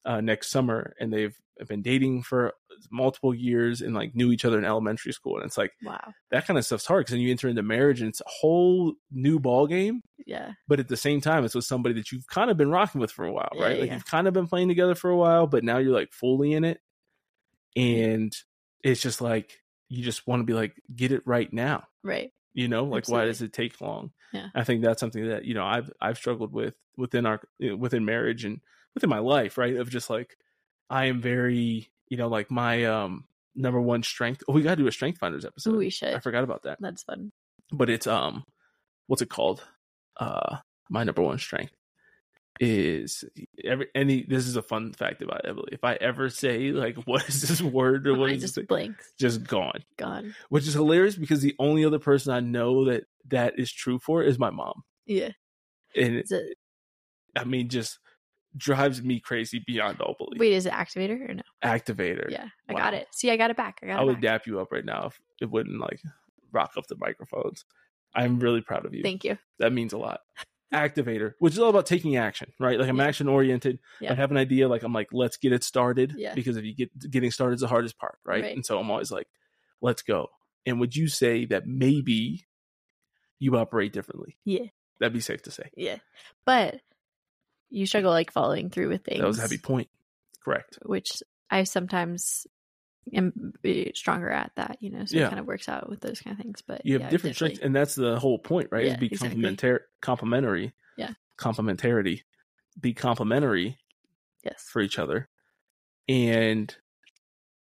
Speaker 1: uh, next summer and they've been dating for multiple years and like knew each other in elementary school and it's like
Speaker 2: Wow.
Speaker 1: that kind of stuff's hard because then you enter into marriage and it's a whole new ball game
Speaker 2: Yeah.
Speaker 1: but at the same time it's with somebody that you've kind of been rocking with for a while
Speaker 2: Yeah,
Speaker 1: right
Speaker 2: yeah,
Speaker 1: like
Speaker 2: yeah.
Speaker 1: you've kind of been playing together for a while but now you're like fully in it
Speaker 2: Mm-hmm.
Speaker 1: and it's just like you just want to be like get it right now
Speaker 2: Right.
Speaker 1: you know like why
Speaker 2: Absolutely.
Speaker 1: does it take long
Speaker 2: Yeah.
Speaker 1: i think that's something that you know i've i've struggled with within our you know, within marriage and within my life right of just like i am very you know like my um number one strength oh we gotta do a strength finders episode
Speaker 2: we should.
Speaker 1: i forgot about that
Speaker 2: That's fun.
Speaker 1: but it's um what's it called uh my number one strength is every any this is a fun fact about Emily. If I ever say like what is this word or what
Speaker 2: Mine
Speaker 1: is this
Speaker 2: just
Speaker 1: thing?
Speaker 2: blanks.
Speaker 1: just gone
Speaker 2: Gone.
Speaker 1: which is hilarious because the only other person I know that that is true for is my mom,
Speaker 2: Yeah.
Speaker 1: and
Speaker 2: Is it,
Speaker 1: I mean, just drives me crazy beyond all belief.
Speaker 2: wait, is it activator or no?
Speaker 1: Activator.
Speaker 2: Yeah. I
Speaker 1: Wow.
Speaker 2: got it. See, I got it back. I got
Speaker 1: I
Speaker 2: it
Speaker 1: would
Speaker 2: back.
Speaker 1: dap you up right now if it wouldn't like rock up the microphones. I'm really proud of you.
Speaker 2: Thank you.
Speaker 1: that means a lot. Activator, which is all about taking action, right? Like I'm
Speaker 2: Yeah.
Speaker 1: action oriented.
Speaker 2: Yeah.
Speaker 1: I have an idea, like I'm like, let's get it started.
Speaker 2: Yeah.
Speaker 1: Because if you get getting started is the hardest part, right?
Speaker 2: Right.
Speaker 1: And so I'm always like, let's go. And would you say that maybe you operate differently?
Speaker 2: Yeah.
Speaker 1: That'd be safe to say.
Speaker 2: Yeah. But you struggle like following through with things.
Speaker 1: That was a happy point. Correct.
Speaker 2: Which I sometimes am eh, stronger at that, you know, so
Speaker 1: Yeah.
Speaker 2: it kind of works out with those kind of things. But
Speaker 1: You have
Speaker 2: yeah,
Speaker 1: different strengths,
Speaker 2: definitely.
Speaker 1: and that's the whole point, right? is
Speaker 2: Yeah,
Speaker 1: be
Speaker 2: exactly.
Speaker 1: complementar- complementary.
Speaker 2: Yeah.
Speaker 1: Complementarity. Be complementary
Speaker 2: Yes.
Speaker 1: for each other. And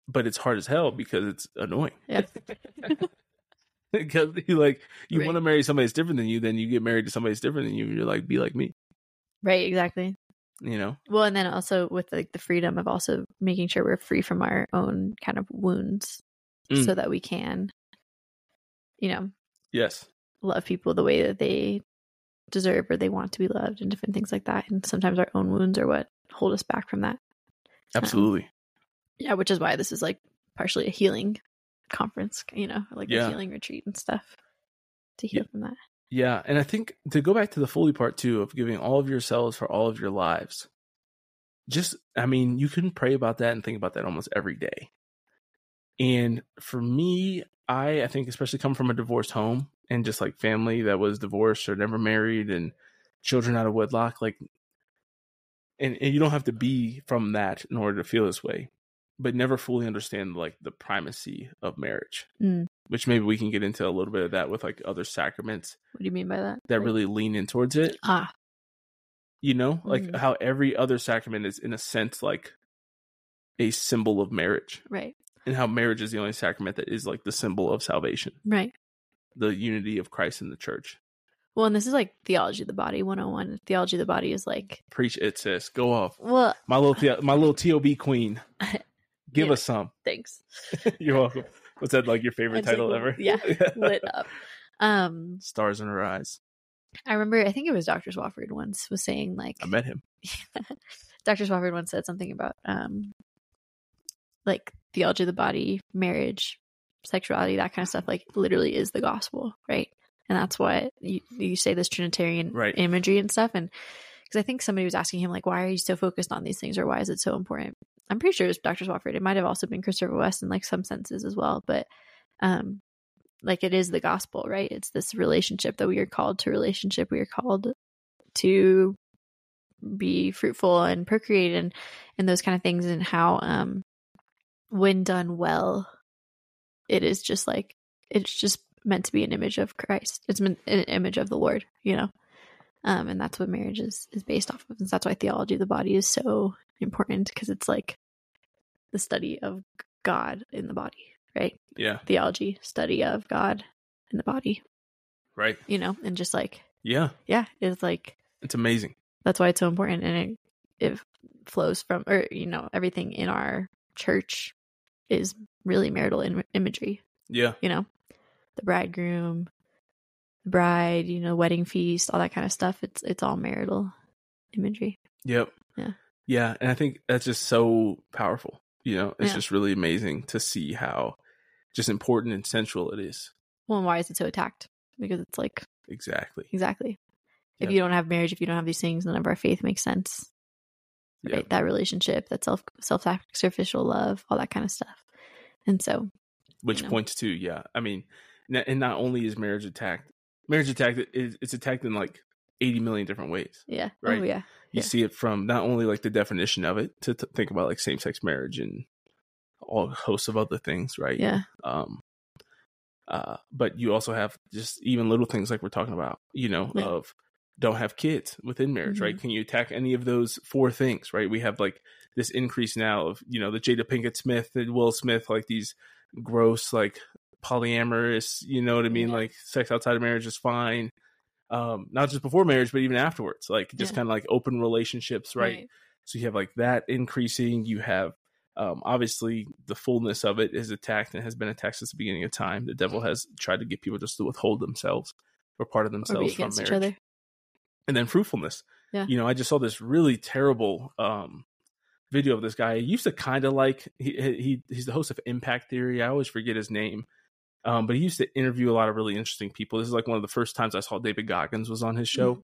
Speaker 1: but it's hard as hell because it's annoying.
Speaker 2: Yeah.
Speaker 1: because you like you
Speaker 2: Right.
Speaker 1: want to marry somebody that's different than you, then you get married to somebody that's different than you, and you're like, be like me,
Speaker 2: Right, exactly.
Speaker 1: you know?
Speaker 2: Well, and then also with like the freedom of also making sure we're free from our own kind of wounds
Speaker 1: Mm.
Speaker 2: so that we can, you know,
Speaker 1: Yes,
Speaker 2: love people the way that they deserve or they want to be loved and different things like that. And sometimes our own wounds are what hold us back from that.
Speaker 1: absolutely.
Speaker 2: Yeah, which is why this is like partially a healing conference, you know, like
Speaker 1: Yeah.
Speaker 2: a healing retreat and stuff to heal from that.
Speaker 1: Yeah, and I think to go back to the Foley part too of giving all of yourselves for all of your lives. Just, I mean, you can pray about that and think about that almost every day. And for me, I I think especially come from a divorced home and just like family that was divorced or never married and children out of wedlock, like, and, and you don't have to be from that in order to feel this way, but never fully understand like the primacy of marriage,
Speaker 2: Mm.
Speaker 1: which maybe we can get into a little bit of that with like other sacraments
Speaker 2: What do you mean by that?
Speaker 1: that
Speaker 2: Like-
Speaker 1: really lean in towards it.
Speaker 2: ah,
Speaker 1: You know, like
Speaker 2: Mhm.
Speaker 1: how every other sacrament is, in a sense, like a symbol of marriage,
Speaker 2: right,
Speaker 1: and how marriage is the only sacrament that is like the symbol of salvation,
Speaker 2: right.
Speaker 1: the unity of Christ in the church.
Speaker 2: Well, and this is like theology of the body 101. Theology of the body is like,
Speaker 1: Preach it, sis. Go off,
Speaker 2: well,
Speaker 1: my little theo- my little tob queen. Give
Speaker 2: Yeah.
Speaker 1: us some.
Speaker 2: thanks.
Speaker 1: You're welcome. Was that like your favorite
Speaker 2: It's like,
Speaker 1: title ever?
Speaker 2: yeah, Lit up. Um,
Speaker 1: Stars in her eyes.
Speaker 2: I remember, I think it was Dr. Swafford once was saying like,
Speaker 1: I met him.
Speaker 2: Dr. Swafford once said something about um like theology of the body, marriage, sexuality, that kind of stuff like literally is the gospel, right? And that's what you, you say this trinitarian
Speaker 1: Right.
Speaker 2: imagery and stuff and cuz I think somebody was asking him like why are you so focused on these things or why is it so important? I'm pretty sure it was Dr. Swafford. It might have also been Christopher West in like some senses as well, but um like it is the gospel, right? It's this relationship that we are called to relationship. We are called to be fruitful and procreate and and those kind of things and how um when done well it is just like it's just meant to be an image of Christ it's meant an image of the Lord you know um and that's what marriage is is based off of and that's why theology of the body is so important because it's like the study of God in the body right
Speaker 1: Yeah.
Speaker 2: theology study of God in the body
Speaker 1: Right.
Speaker 2: you know and just like
Speaker 1: Yeah.
Speaker 2: yeah it's like
Speaker 1: It's amazing.
Speaker 2: that's why it's so important and it, it flows from or you know everything in our church is really marital Im- imagery
Speaker 1: Yeah.
Speaker 2: you know the bridegroom the bride you know wedding feast all that kind of stuff it's it's all marital imagery
Speaker 1: Yep.
Speaker 2: Yeah.
Speaker 1: Yeah. And I think that's just so powerful. You know, it's
Speaker 2: Yeah.
Speaker 1: just really amazing to see how just important and central it is.
Speaker 2: well and why is it so attacked because it's like
Speaker 1: Exactly.
Speaker 2: exactly if
Speaker 1: Yeah.
Speaker 2: you don't have marriage if you don't have these things none of our faith makes sense
Speaker 1: Yeah.
Speaker 2: right that relationship that self self sacrificial love all that kind of stuff and so
Speaker 1: Which
Speaker 2: know.
Speaker 1: points to, yeah. I mean, n- and not only is marriage attacked, marriage attacked, it- it's attacked in like 80 million different ways.
Speaker 2: yeah
Speaker 1: Right.
Speaker 2: oh yeah
Speaker 1: You
Speaker 2: Yeah.
Speaker 1: see it from not only like the definition of it to t- think about like same sex marriage and all hosts of other things, right?
Speaker 2: yeah
Speaker 1: um uh but you also have just even little things like we're talking about you know
Speaker 2: Yeah. Mm-hmm.
Speaker 1: of don't have kids within marriage right can you attack any of those four things right we have like this increase now of you know the jada pinkett smith and will smith like these gross like polyamorous you know what i mean
Speaker 2: Yeah.
Speaker 1: like sex outside of marriage is fine um not just before marriage but even afterwards like just
Speaker 2: Yeah.
Speaker 1: kind of like open relationships right so you have like that increasing. You have um, obviously the fullness of it is attacked and has been attacked since the beginning of time. The devil has tried to get people just to withhold themselves or part of
Speaker 2: or be
Speaker 1: themselves from
Speaker 2: against
Speaker 1: marriage.
Speaker 2: each other
Speaker 1: And then fruitfulness.
Speaker 2: Yeah.
Speaker 1: You know, I just saw this really terrible um, video of this guy. He used to kind of like he, he he's the host of Impact Theory. I always forget his name. Um, but he used to interview a lot of really interesting people. This is like one of the first times I saw David Goggins was on
Speaker 2: Mm.
Speaker 1: his show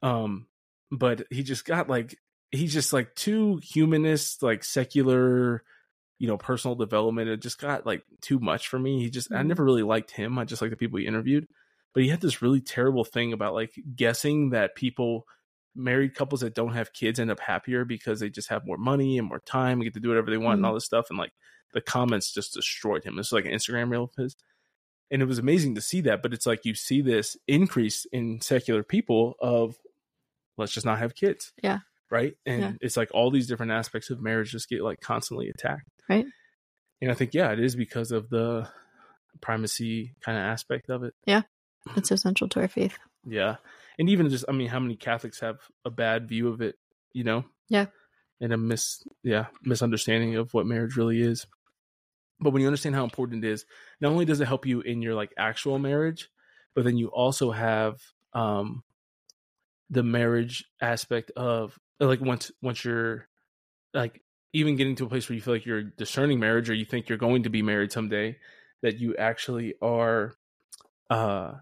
Speaker 1: um but he just got like he's just like too humanist like secular you know personal development it just got like too much for me he just i
Speaker 2: Mhm.
Speaker 1: never really liked him i just like the people he interviewed but he had this really terrible thing about like guessing that people married couples that don't have kids end up happier because they just have more money and more time and get to do whatever they want and
Speaker 2: Mhm.
Speaker 1: all this stuff and like the comments just destroyed him it's like an instagram reel of his and it was amazing to see that but it's like you see this increase in secular people of let's just not have kids
Speaker 2: Yeah.
Speaker 1: right and
Speaker 2: Yeah.
Speaker 1: it's like all these different aspects of marriage just get like constantly attacked
Speaker 2: Right.
Speaker 1: and i think yeah it is because of the primacy kind of aspect of it.
Speaker 2: It's essential to our faith.
Speaker 1: Yeah. And even just, I mean, how many Catholics have a bad view of it, you know?
Speaker 2: Yeah.
Speaker 1: And a mis, yeah, misunderstanding of what marriage really is. But when you understand how important it is, not only does it help you in your like actual marriage, but then you also have um the marriage aspect of like once once you're like even getting to a place where you feel like you're discerning marriage or you think you're going to be married someday, that you actually are uh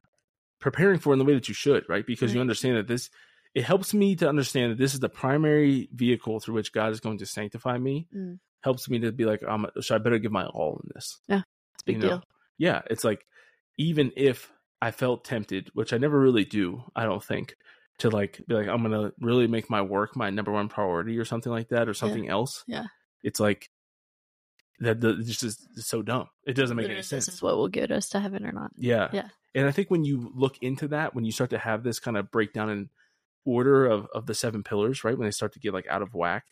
Speaker 1: preparing for in the way that you should, right? Because you
Speaker 2: Right.
Speaker 1: understand that this it helps me to understand that this is the primary vehicle through which God is going to sanctify me.
Speaker 2: Mm.
Speaker 1: Helps me to be like, um, so I better give my all in this.
Speaker 2: It's a big
Speaker 1: You know,
Speaker 2: deal.
Speaker 1: Yeah, it's like even if I felt tempted, which I never really do, I don't think, to like be like, I'm gonna really make my work my number one priority or something like that or something else.
Speaker 2: Yeah.
Speaker 1: It's like that the, this is it's so dumb. It doesn't make any
Speaker 2: Literally,
Speaker 1: sense.
Speaker 2: This is what will get us to heaven or not.
Speaker 1: Yeah.
Speaker 2: Yeah.
Speaker 1: And I think when you look into that, when you start to have this kind of breakdown in order of, of the seven pillars, right? When they start to get like out of whack,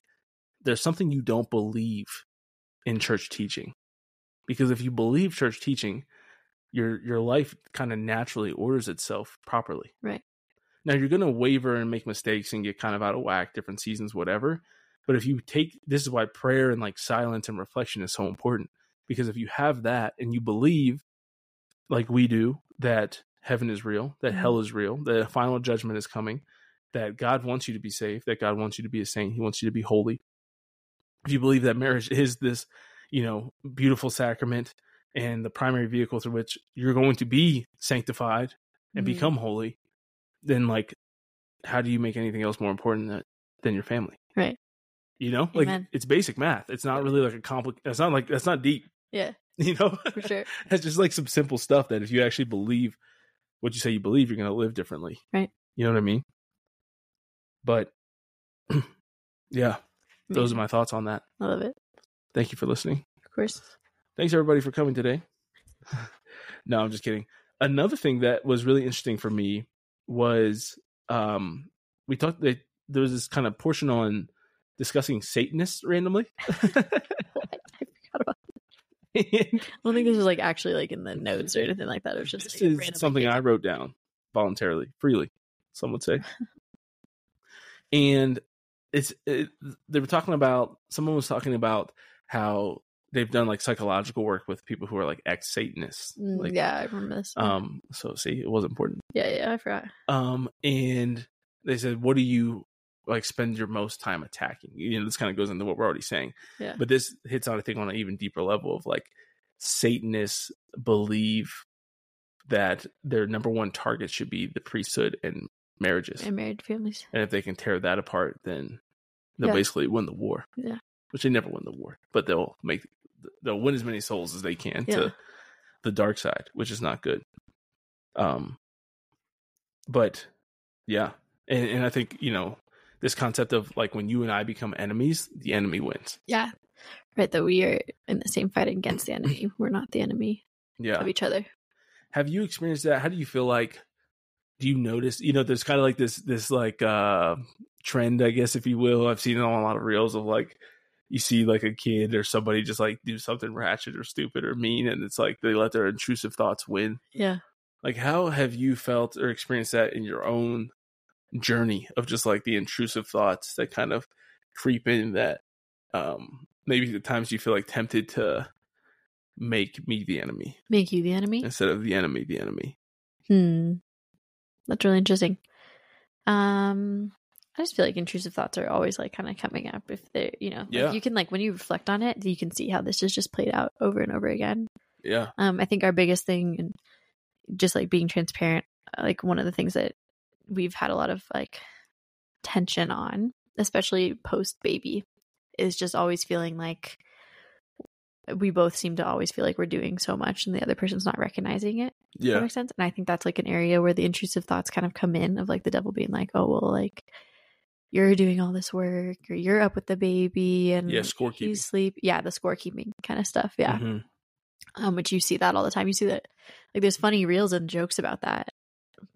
Speaker 1: there's something you don't believe in church teaching. Because if you believe church teaching, your your life kind of naturally orders itself properly.
Speaker 2: Right.
Speaker 1: Now you're gonna waver and make mistakes and get kind of out of whack, different seasons, whatever. But if you take this is why prayer and like silence and reflection is so important. Because if you have that and you believe, like we do, that heaven is real, that
Speaker 2: Mhm.
Speaker 1: hell is real, that a final judgment is coming, that God wants you to be saved, that God wants you to be a saint, He wants you to be holy. If you believe that marriage is this, you know, beautiful sacrament and the primary vehicle through which you're going to be sanctified and
Speaker 2: Mhm.
Speaker 1: become holy, then like, how do you make anything else more important than, than your family?
Speaker 2: Right.
Speaker 1: You know, like
Speaker 2: Amen.
Speaker 1: it's basic math. It's not really like a complicated. It's not like that's not deep.
Speaker 2: Yeah,
Speaker 1: You know,
Speaker 2: for sure.
Speaker 1: it's just like some simple stuff that if you actually believe what you say you believe, you're going to live differently.
Speaker 2: Right.
Speaker 1: You know what I mean? But yeah, those are my thoughts on that.
Speaker 2: I love it.
Speaker 1: Thank you for listening.
Speaker 2: Of course.
Speaker 1: Thanks everybody for coming today. no, I'm just kidding. Another thing that was really interesting for me was um we talked that there was this kind of portion on discussing Satanists randomly.
Speaker 2: I forgot about.
Speaker 1: And
Speaker 2: I don't think this was like actually like in the notes or anything like that. It was just
Speaker 1: this
Speaker 2: like, a
Speaker 1: is
Speaker 2: random
Speaker 1: something
Speaker 2: idea.
Speaker 1: I wrote down voluntarily, freely, some would say. and it's it, they were talking about someone was talking about how they've done like psychological work with people who are like ex Satanists.
Speaker 2: Mm,
Speaker 1: Like
Speaker 2: yeah, I remember this. one.
Speaker 1: um so see it was important.
Speaker 2: yeah, yeah, I forgot.
Speaker 1: um and they said what do you like spend your most time attacking you know this kind of goes into what we're already saying
Speaker 2: Yeah.
Speaker 1: but this hits on i think on an even deeper level of like satanists believe that their number one target should be the priesthood and marriages
Speaker 2: And married families.
Speaker 1: and if they can tear that apart then they'll
Speaker 2: Yeah.
Speaker 1: basically win the war
Speaker 2: Yeah.
Speaker 1: which they never win the war but they'll make they'll win as many souls as they can
Speaker 2: Yeah.
Speaker 1: to the dark side which is not good um but yeah and, and i think you know this concept of like when you and i become enemies the enemy wins
Speaker 2: Yeah. Right, that we are in the same fight against the enemy. We're not the enemy
Speaker 1: yeah
Speaker 2: of each other.
Speaker 1: have you experienced that how do you feel like do you notice you know there's kind of like this this like uh trend i guess if you will i've seen it on a lot of reels of like you see like a kid or somebody just like do something ratchet or stupid or mean and it's like they let their intrusive thoughts win
Speaker 2: Yeah.
Speaker 1: like how have you felt or experienced that in your own journey of just like the intrusive thoughts that kind of creep in that um maybe the times you feel like tempted to make me the enemy
Speaker 2: Make you the enemy.
Speaker 1: instead of the enemy the enemy
Speaker 2: Hmm. That's really interesting. Um I just feel like intrusive thoughts are always like kind of coming up if they're you know like,
Speaker 1: Yeah.
Speaker 2: you can like when you reflect on it, you can see how this is just played out over and over again.
Speaker 1: yeah
Speaker 2: Um, I think our biggest thing, and just like being transparent, uh, like one of the things that we've had a lot of like tension on, especially post baby, is just always feeling like we both seem to always feel like we're doing so much and the other person's not recognizing it. Does That
Speaker 1: yeah
Speaker 2: makes sense. And I think that's like an area where the intrusive thoughts kind of come in of like the devil being like, oh, well, like you're doing all this work or you're up with the baby and
Speaker 1: Yeah, scorekeeping.
Speaker 2: you sleep. Yeah, the scorekeeping kind of stuff. Yeah
Speaker 1: Mhm.
Speaker 2: um, which you see that all the time. You see that like there's funny reels and jokes about that,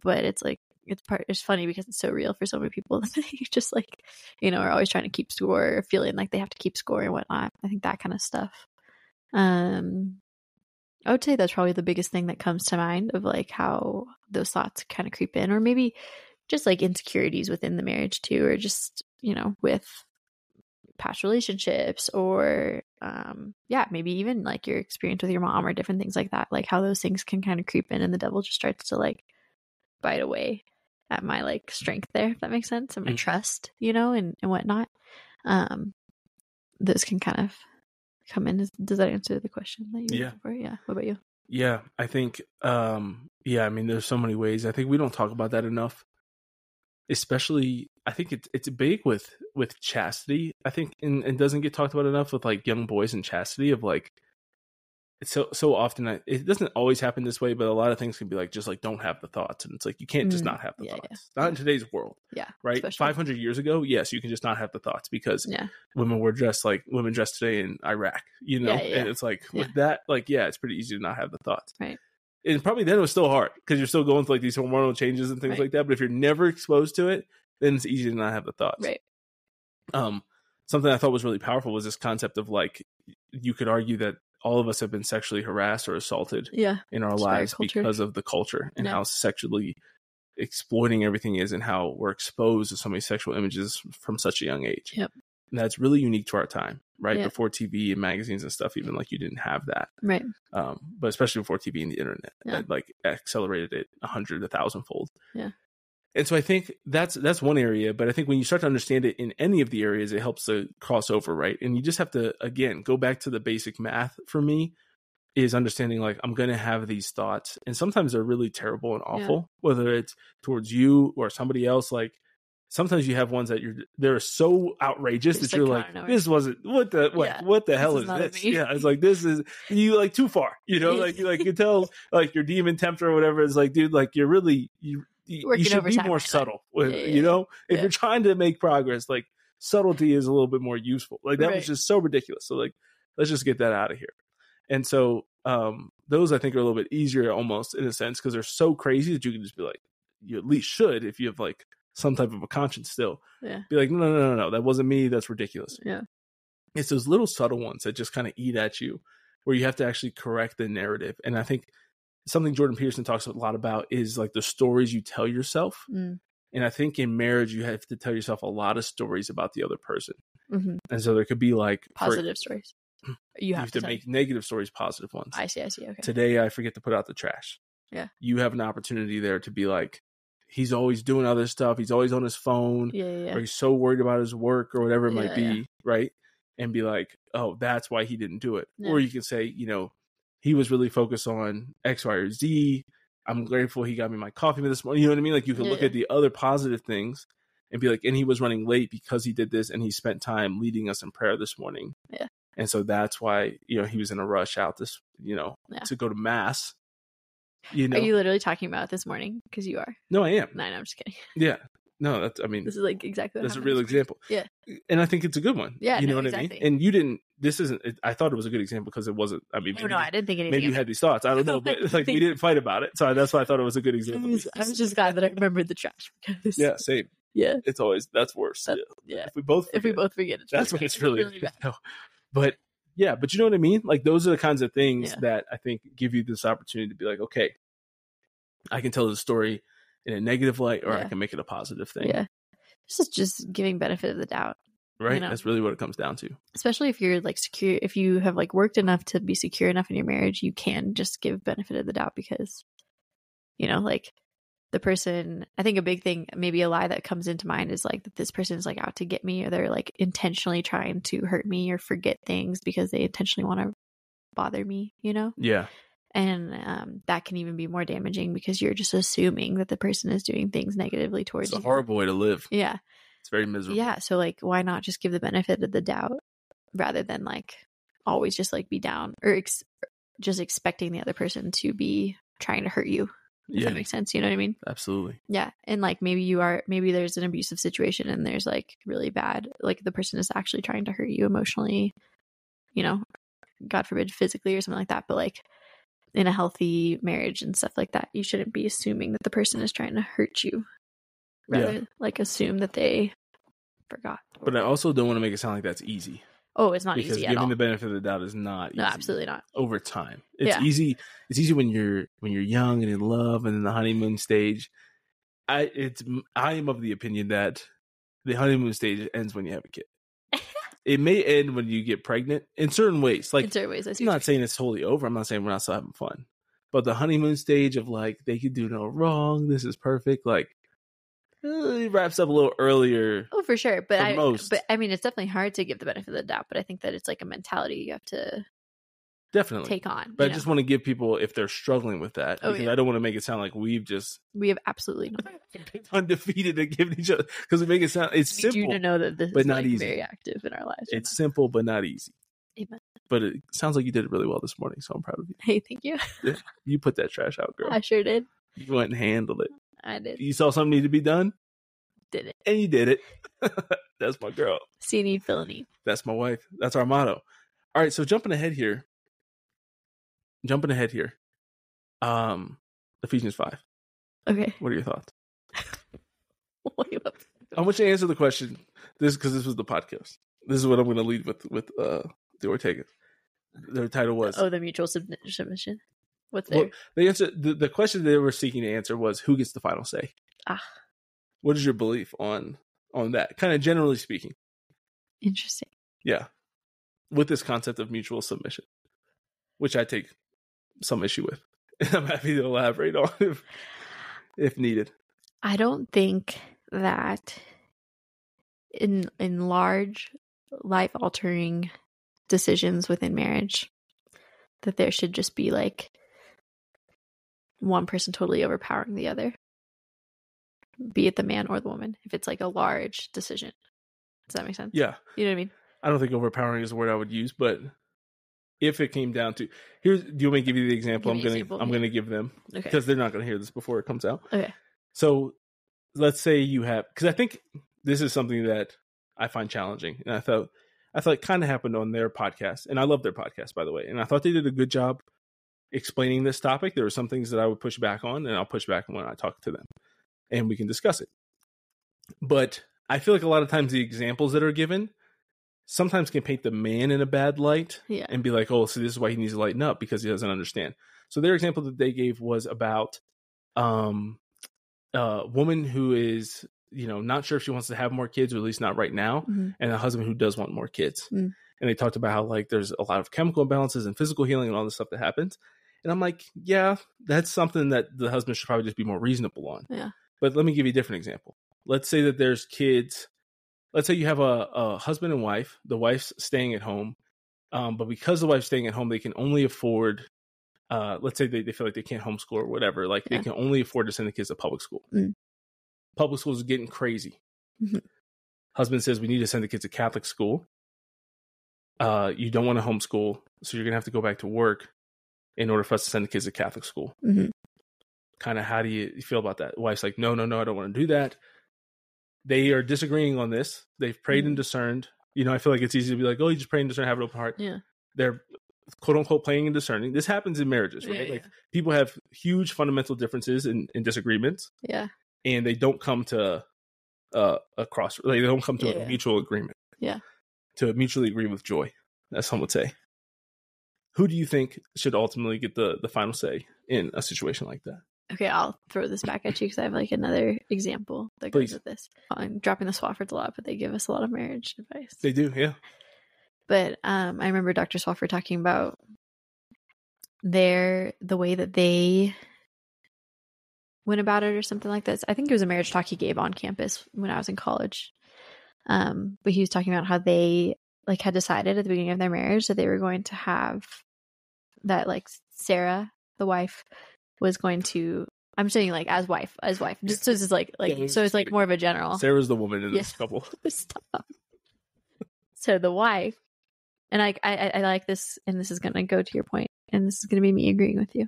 Speaker 2: but it's like it's part it's funny because it's so real for so many people that you just like you know are always trying to keep score or feeling like they have to keep score and whatnot. I think that kind of stuff. Um, I would say that's probably the biggest thing that comes to mind of like how those thoughts kind of creep in, or maybe just like insecurities within the marriage too, or just, you know, with past relationships or um yeah maybe even like your experience with your mom or different things like that like how those things can kind of creep in and the devil just starts to like bite away at my like strength there if that makes sense and my
Speaker 1: Mhm.
Speaker 2: trust you know and and whatnot um those can kind of come in Does- does that answer the question that you were
Speaker 1: Yeah.
Speaker 2: looking for yeah what about you
Speaker 1: Yeah, I think um yeah, I mean there's so many ways. I think we don't talk about that enough. Especially I think it's it's big with with chastity. I think and, and doesn't get talked about enough with like young boys and chastity of like it's so so often I, it doesn't always happen this way, but a lot of things can be like just like don't have the thoughts and it's like you can't just
Speaker 2: Mm,
Speaker 1: not have the
Speaker 2: yeah, yeah,
Speaker 1: thoughts. Not in today's world,
Speaker 2: yeah
Speaker 1: right?
Speaker 2: especially.
Speaker 1: 500 years ago, yes, you can just not have the thoughts because
Speaker 2: yeah
Speaker 1: women were dressed like women dressed today in Iraq, you know?
Speaker 2: Yeah, yeah,
Speaker 1: And
Speaker 2: yeah.
Speaker 1: it's like
Speaker 2: Yeah.
Speaker 1: with that, like, yeah, it's pretty easy to not have the thoughts.
Speaker 2: Right.
Speaker 1: And probably then it was still hard because you're still going through like these hormonal changes and things
Speaker 2: Right.
Speaker 1: like that. But if you're never exposed to it, then it's easy to not have the thoughts.
Speaker 2: right
Speaker 1: Um, something I thought was really powerful was this concept of like, you could argue that all of us have been sexually harassed or assaulted
Speaker 2: yeah
Speaker 1: in our
Speaker 2: It's very
Speaker 1: lives
Speaker 2: cultured.
Speaker 1: because of the culture and
Speaker 2: Yeah.
Speaker 1: how sexually exploiting everything is and how we're exposed to so many sexual images from such a young age.
Speaker 2: Yep.
Speaker 1: And that's really unique to our time, right?
Speaker 2: Yeah.
Speaker 1: Before TV and magazines and stuff, even like you didn't have that.
Speaker 2: right
Speaker 1: Um, but especially before TV and the internet,
Speaker 2: Yeah.
Speaker 1: that like accelerated it a hundred, a thousand fold.
Speaker 2: Yeah.
Speaker 1: And so I think that's that's one area, but I think when you start to understand it in any of the areas, it helps to cross over, right? And you just have to again go back to the basic math for me, is understanding like I'm going to have these thoughts and sometimes they're really terrible and awful whether it's towards you or somebody else like sometimes you have ones that you're they're so outrageous
Speaker 2: Just
Speaker 1: that you're
Speaker 2: like,
Speaker 1: like
Speaker 2: I don't know.
Speaker 1: this wasn't what the what
Speaker 2: Yeah.
Speaker 1: what the hell
Speaker 2: is
Speaker 1: is,
Speaker 2: not
Speaker 1: this
Speaker 2: me.
Speaker 1: yeah it's like this is you like too far you know like like you tell like your demon tempter or whatever is like dude like you're really you you,
Speaker 2: Working
Speaker 1: you should be
Speaker 2: overtime,
Speaker 1: more
Speaker 2: right? Like,
Speaker 1: subtle with
Speaker 2: yeah, yeah,
Speaker 1: you know if
Speaker 2: yeah.
Speaker 1: you're trying to make progress like subtlety is a little bit more useful like that
Speaker 2: Right.
Speaker 1: was just so ridiculous so like let's just get that out of here and so um, those I think are a little bit easier almost in a sense because they're so crazy that you can just be like, you at least should if you have like some type of a conscience still.
Speaker 2: Yeah.
Speaker 1: Be like, no, no, no, no, no, that wasn't me. That's ridiculous.
Speaker 2: yeah
Speaker 1: It's those little subtle ones that just kind of eat at you where you have to actually correct the narrative. And I think something Jordan Peterson talks a lot about is like the stories you tell yourself.
Speaker 2: mm.
Speaker 1: And I think in marriage, you have to tell yourself a lot of stories about the other person.
Speaker 2: hmm
Speaker 1: And so there could be like for-
Speaker 2: positive stories you
Speaker 1: Mm. you
Speaker 2: have, to, tell-
Speaker 1: make negative stories positive ones.
Speaker 2: i see i see okay
Speaker 1: today I forget to put out the trash.
Speaker 2: Yeah.
Speaker 1: You have an opportunity there to be like, he's always doing other stuff. He's always on his phone
Speaker 2: yeah yeah, yeah.
Speaker 1: or he's so worried about his work or whatever it might
Speaker 2: Yeah,
Speaker 1: be.
Speaker 2: yeah.
Speaker 1: Right. And be like, oh, that's why he didn't do it.
Speaker 2: Yeah.
Speaker 1: Or you can say, you know, he was really focused on X, Y, or Z. I'm grateful he got me my coffee this morning. You know what I mean? Like you can
Speaker 2: Yeah,
Speaker 1: look
Speaker 2: yeah.
Speaker 1: at the other positive things and be like, and he was running late because he did this and he spent time leading us in prayer this morning.
Speaker 2: Yeah.
Speaker 1: And so that's why, you know, he was in a rush out this, you know,
Speaker 2: Yeah.
Speaker 1: to go to mass. You know,
Speaker 2: Are you literally talking about it this morning? Because you are.
Speaker 1: no, I am.
Speaker 2: No, no, I'm just kidding.
Speaker 1: Yeah. No, that's, I mean,
Speaker 2: This is like exactly what
Speaker 1: that's a
Speaker 2: happened
Speaker 1: real
Speaker 2: this morning.
Speaker 1: example.
Speaker 2: Yeah.
Speaker 1: and I think it's a good one.
Speaker 2: Yeah,
Speaker 1: you know
Speaker 2: no,
Speaker 1: what I
Speaker 2: exactly.
Speaker 1: mean. And you didn't. This isn't. It, I thought it was a good example because it wasn't. I mean,
Speaker 2: Oh, No, no, I didn't think anything.
Speaker 1: maybe you
Speaker 2: of it.
Speaker 1: had these thoughts. I don't know, but it's like we didn't fight about it, so that's why I thought it was a good
Speaker 2: I
Speaker 1: example.
Speaker 2: was, I was just glad that I remembered the trash because
Speaker 1: yeah, same.
Speaker 2: yeah,
Speaker 1: It's always that's worse.
Speaker 2: That-
Speaker 1: yeah.
Speaker 2: yeah.
Speaker 1: if we both,
Speaker 2: If we
Speaker 1: forget,
Speaker 2: both forget, it's
Speaker 1: that's
Speaker 2: really
Speaker 1: when
Speaker 2: bad.
Speaker 1: it's really,
Speaker 2: really bad.
Speaker 1: No. But yeah, but you know what I mean. Like those are the kinds of things
Speaker 2: Yeah.
Speaker 1: that I think give you this opportunity to be like, okay, I can tell the story in a negative light, or I
Speaker 2: Yeah.
Speaker 1: can make it a positive thing.
Speaker 2: Yeah, this is just giving benefit of the doubt,
Speaker 1: right.
Speaker 2: You know.
Speaker 1: That's really what it comes down to.
Speaker 2: especially if you're like secure. If you have like worked enough to be secure enough in your marriage, you can just give benefit of the doubt because, you know, like the person. I think a big thing, maybe a lie that comes into mind is like that this person is like out to get me, or they're like intentionally trying to hurt me or forget things because they intentionally want to bother me. You know.
Speaker 1: Yeah,
Speaker 2: and um, that can even be more damaging because you're just assuming that the person is doing things negatively towards
Speaker 1: it's a
Speaker 2: you.
Speaker 1: horrible way to live.
Speaker 2: Yeah,
Speaker 1: It's very miserable.
Speaker 2: yeah. So like, why not just give the benefit of the doubt rather than like always just like be down or ex- just expecting the other person to be trying to hurt you? If
Speaker 1: yeah,
Speaker 2: that makes sense, you know what I mean?
Speaker 1: absolutely.
Speaker 2: Yeah, and like maybe you are maybe there's an abusive situation and there's like really bad like the person is actually trying to hurt you emotionally, you know, God forbid physically or something like that, but like in a healthy marriage and stuff like that, you shouldn't be assuming that the person is trying to hurt you.
Speaker 1: Yeah.
Speaker 2: Rather like assume that they forgot. or-
Speaker 1: But I also don't want to make it sound like that's easy.
Speaker 2: Oh, it's not
Speaker 1: because
Speaker 2: easy at
Speaker 1: giving
Speaker 2: all.
Speaker 1: the benefit of the doubt is not
Speaker 2: no,
Speaker 1: easy
Speaker 2: absolutely not.
Speaker 1: over time. It's
Speaker 2: Yeah.
Speaker 1: easy. It's easy when you're when you're young and in love and in the honeymoon stage. I it's I am of the opinion that the honeymoon stage ends when you have a kid. it may end when you get pregnant in certain ways. Like
Speaker 2: in certain ways, I see.
Speaker 1: I'm not saying it's totally over. I'm not saying we're not still having fun. But the honeymoon stage of like they could do no wrong. This is perfect. Like eh, it wraps up a little earlier.
Speaker 2: oh, for sure. But
Speaker 1: For
Speaker 2: I,
Speaker 1: most.
Speaker 2: but I mean, it's definitely hard to give the benefit of the doubt. But I think that it's like a mentality you have to
Speaker 1: Definitely.
Speaker 2: take on.
Speaker 1: but I
Speaker 2: you know?
Speaker 1: just want to give people if they're struggling with that
Speaker 2: Oh,
Speaker 1: because
Speaker 2: yeah.
Speaker 1: I don't want to make it sound like we've just
Speaker 2: we have absolutely no
Speaker 1: undefeated and given each other because we make it sound it's
Speaker 2: need you to
Speaker 1: simple.
Speaker 2: know that this
Speaker 1: but
Speaker 2: is
Speaker 1: not
Speaker 2: like,
Speaker 1: easy.
Speaker 2: very active in our lives.
Speaker 1: It's simple but not easy.
Speaker 2: Amen.
Speaker 1: But it sounds like you did really well this morning, so I'm proud of you.
Speaker 2: hey, thank you.
Speaker 1: You put that trash out, girl.
Speaker 2: I sure did.
Speaker 1: You went and handled it.
Speaker 2: I did.
Speaker 1: You saw something need to be done,
Speaker 2: Did it.
Speaker 1: and you did it. That's my girl.
Speaker 2: See, need felony.
Speaker 1: That's my wife. That's our motto. All right, so jumping ahead here. Jumping ahead here. Um Ephesians 5.
Speaker 2: Okay.
Speaker 1: What are your thoughts?
Speaker 2: Wait, what?
Speaker 1: I want you to answer the question this because this was the podcast. This is what I'm going to lead with with uh the Ortegas. Their title was
Speaker 2: oh, the mutual sub- submission. What's
Speaker 1: Well,
Speaker 2: there?
Speaker 1: they answer the, the question they were seeking to answer was who gets the final say.
Speaker 2: Ah.
Speaker 1: What is your belief on on that? Kind of generally speaking,
Speaker 2: Interesting.
Speaker 1: yeah, with this concept of mutual submission, which I take some issue with. I'm happy to elaborate on if if needed.
Speaker 2: I don't think that in in large life altering decisions within marriage that there should just be like one person totally overpowering the other be it the man or the woman if it's like a large decision does that make sense
Speaker 1: Yeah,
Speaker 2: you know what i mean
Speaker 1: I don't think overpowering is the word I would use, but if it came down to here's do you want me to give you the example I'm
Speaker 2: Give me
Speaker 1: gonna
Speaker 2: example,
Speaker 1: I'm
Speaker 2: yeah.
Speaker 1: gonna give them
Speaker 2: okay
Speaker 1: because they're not gonna hear this before it comes out.
Speaker 2: okay
Speaker 1: So let's say you have because I think this is something that I find challenging, and I thought I thought it kind of happened on their podcast, and I love their podcast by the way, and I thought they did a good job explaining this topic. There were some things that I would push back on, and I'll push back when I talk to them, and we can discuss it. But I feel like a lot of times the examples that are given sometimes can paint the man in a bad light
Speaker 2: yeah
Speaker 1: and be like, oh, so this is why he needs to lighten up because he doesn't understand. So their example that they gave was about um a woman who is, you know, not sure if she wants to have more kids, or at least not right now,
Speaker 2: Mhm.
Speaker 1: and a husband who does want more kids.
Speaker 2: Mm.
Speaker 1: And they talked about how like there's a lot of chemical imbalances and physical healing and all this stuff that happens. And I'm like, yeah, that's something that the husband should probably just be more reasonable on.
Speaker 2: Yeah.
Speaker 1: But let me give you a different example. Let's say that there's kids. Let's say you have a, a husband and wife. The wife's staying at home, um, but because the wife's staying at home, they can only afford. Uh, let's say they, they feel like they can't homeschool or whatever. Like
Speaker 2: Yeah.
Speaker 1: they can only afford to send the kids to public school.
Speaker 2: Mm.
Speaker 1: Public schools are getting crazy.
Speaker 2: Mhm.
Speaker 1: Husband says we need to send the kids to Catholic school. Uh, you don't want to homeschool, so you're gonna have to go back to work in order for us to send the kids to Catholic school
Speaker 2: Mhm.
Speaker 1: kind of how do you feel about that? Wife's like, no, no, no, I don't want to do that. They are disagreeing on this. They've prayed
Speaker 2: Mm-hmm.
Speaker 1: and discerned. You know, I feel like it's easy to be like, oh, you just pray and discern, have an open heart.
Speaker 2: yeah
Speaker 1: They're quote unquote playing and discerning. This happens in marriages, right?
Speaker 2: Yeah,
Speaker 1: Like people have huge fundamental differences and and disagreements,
Speaker 2: yeah
Speaker 1: and they don't come to uh, a cross. Like they don't come to
Speaker 2: Yeah.
Speaker 1: a mutual agreement.
Speaker 2: Yeah.
Speaker 1: to mutually agree with joy, as some would say. Who do you think should ultimately get the the final say in a situation like that?
Speaker 2: Okay, I'll throw this back at you because I have like another example that goes
Speaker 1: Please.
Speaker 2: with this. I'm dropping the Swafford's a lot, but they give us a lot of marriage advice.
Speaker 1: They do, yeah.
Speaker 2: But um, I remember Dr. Swafford talking about their the way that they went about it or something like this. I think it was a marriage talk he gave on campus when I was in college. Um, but he was talking about how they like had decided at the beginning of their marriage that they were going to have that like Sarah, the wife, was going to I'm saying like as wife, as wife. Just so it's like like
Speaker 1: Yeah,
Speaker 2: so it's like more of a general.
Speaker 1: Sarah's the woman in
Speaker 2: Yeah.
Speaker 1: this couple.
Speaker 2: Stop. So the wife, and I, I, I- I like this, and this is going to go to your point, and this is going to be me agreeing with you.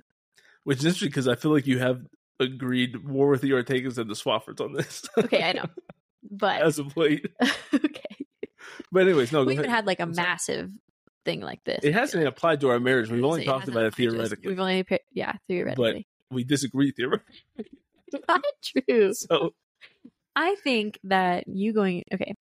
Speaker 1: Which is interesting because I feel like you have agreed more with the Ortegas and the Swaffords on this.
Speaker 2: Okay, I know, but
Speaker 1: As of late.
Speaker 2: okay,
Speaker 1: But anyways, no, Oh, go
Speaker 2: we even
Speaker 1: ahead.
Speaker 2: had like a
Speaker 1: I'm sorry.
Speaker 2: massive thing like this.
Speaker 1: It hasn't been applied to our marriage. We've only
Speaker 2: So
Speaker 1: talked
Speaker 2: hasn't
Speaker 1: about it
Speaker 2: applied to us.
Speaker 1: theoretically.
Speaker 2: We've only, appear- yeah, theoretically.
Speaker 1: We disagree theoretically.
Speaker 2: Not true.
Speaker 1: So
Speaker 2: I think that you going okay.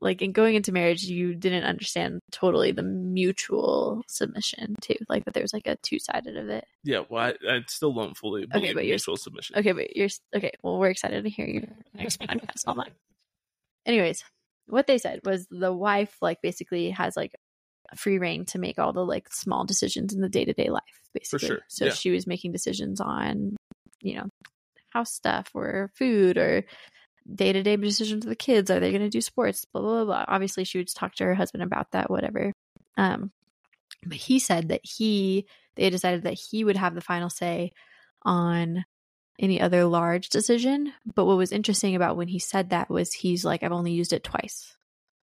Speaker 2: like in going into marriage you didn't understand totally the mutual submission too like that there's like a two-sided of it
Speaker 1: Yeah, well, I, I still don't fully believe
Speaker 2: but you're-
Speaker 1: mutual submission.
Speaker 2: okay but you're okay well we're excited to hear your next podcast on that anyways what they said was the wife like basically has like free reign to make all the like small decisions in the day-to-day life basically
Speaker 1: sure,
Speaker 2: so
Speaker 1: yeah.
Speaker 2: she was making decisions on you know house stuff or food or day to day decisions of the kids. Are they going to do sports? Blah, blah, blah, blah. Obviously, she would talk to her husband about that, whatever. Um, but he said that he, they decided that he would have the final say on any other large decision. But what was interesting about when he said that was he's like, I've only used it twice.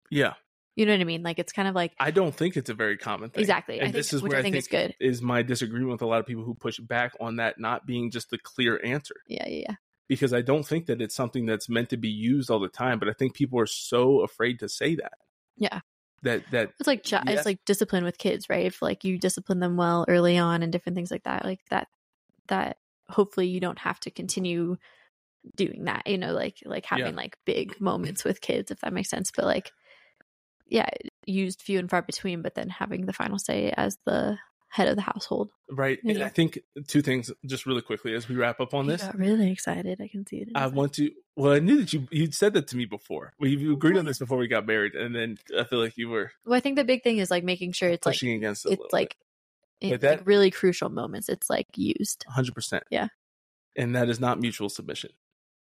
Speaker 1: Yeah,
Speaker 2: You know what I mean? Like, it's kind of like,
Speaker 1: I don't think it's a very common thing.
Speaker 2: exactly.
Speaker 1: And
Speaker 2: I think,
Speaker 1: this is
Speaker 2: which
Speaker 1: where
Speaker 2: I think is good.
Speaker 1: is my disagreement with a lot of people who push back on that not being just the clear answer.
Speaker 2: Yeah, yeah, yeah.
Speaker 1: Because I don't think that it's something that's meant to be used all the time, but I think people are so afraid to say that.
Speaker 2: Yeah.
Speaker 1: That that
Speaker 2: It's like chi-
Speaker 1: Yeah.
Speaker 2: it's like discipline with kids, right? If like you discipline them well early on and different things like that, like that that hopefully you don't have to continue doing that. You know, like like having
Speaker 1: Yeah.
Speaker 2: like big moments with kids, if that makes sense. But like, yeah, used few and far between, but then having the final say as the head of the household.
Speaker 1: right. And
Speaker 2: Yeah.
Speaker 1: I think two things just really quickly as we wrap up on
Speaker 2: You
Speaker 1: this.
Speaker 2: got really excited. I can see it. in
Speaker 1: I
Speaker 2: his eye.
Speaker 1: want to. Well, I knew that you you'd said that to me before. We you agreed on this
Speaker 2: yeah.
Speaker 1: before we got married, and then I feel like you were
Speaker 2: well, I think the big thing is like making sure it's like
Speaker 1: pushing against it. a
Speaker 2: it's
Speaker 1: little
Speaker 2: like
Speaker 1: But
Speaker 2: it's
Speaker 1: that-
Speaker 2: like really crucial moments. It's like used.
Speaker 1: hundred percent.
Speaker 2: Yeah.
Speaker 1: and that is not mutual submission.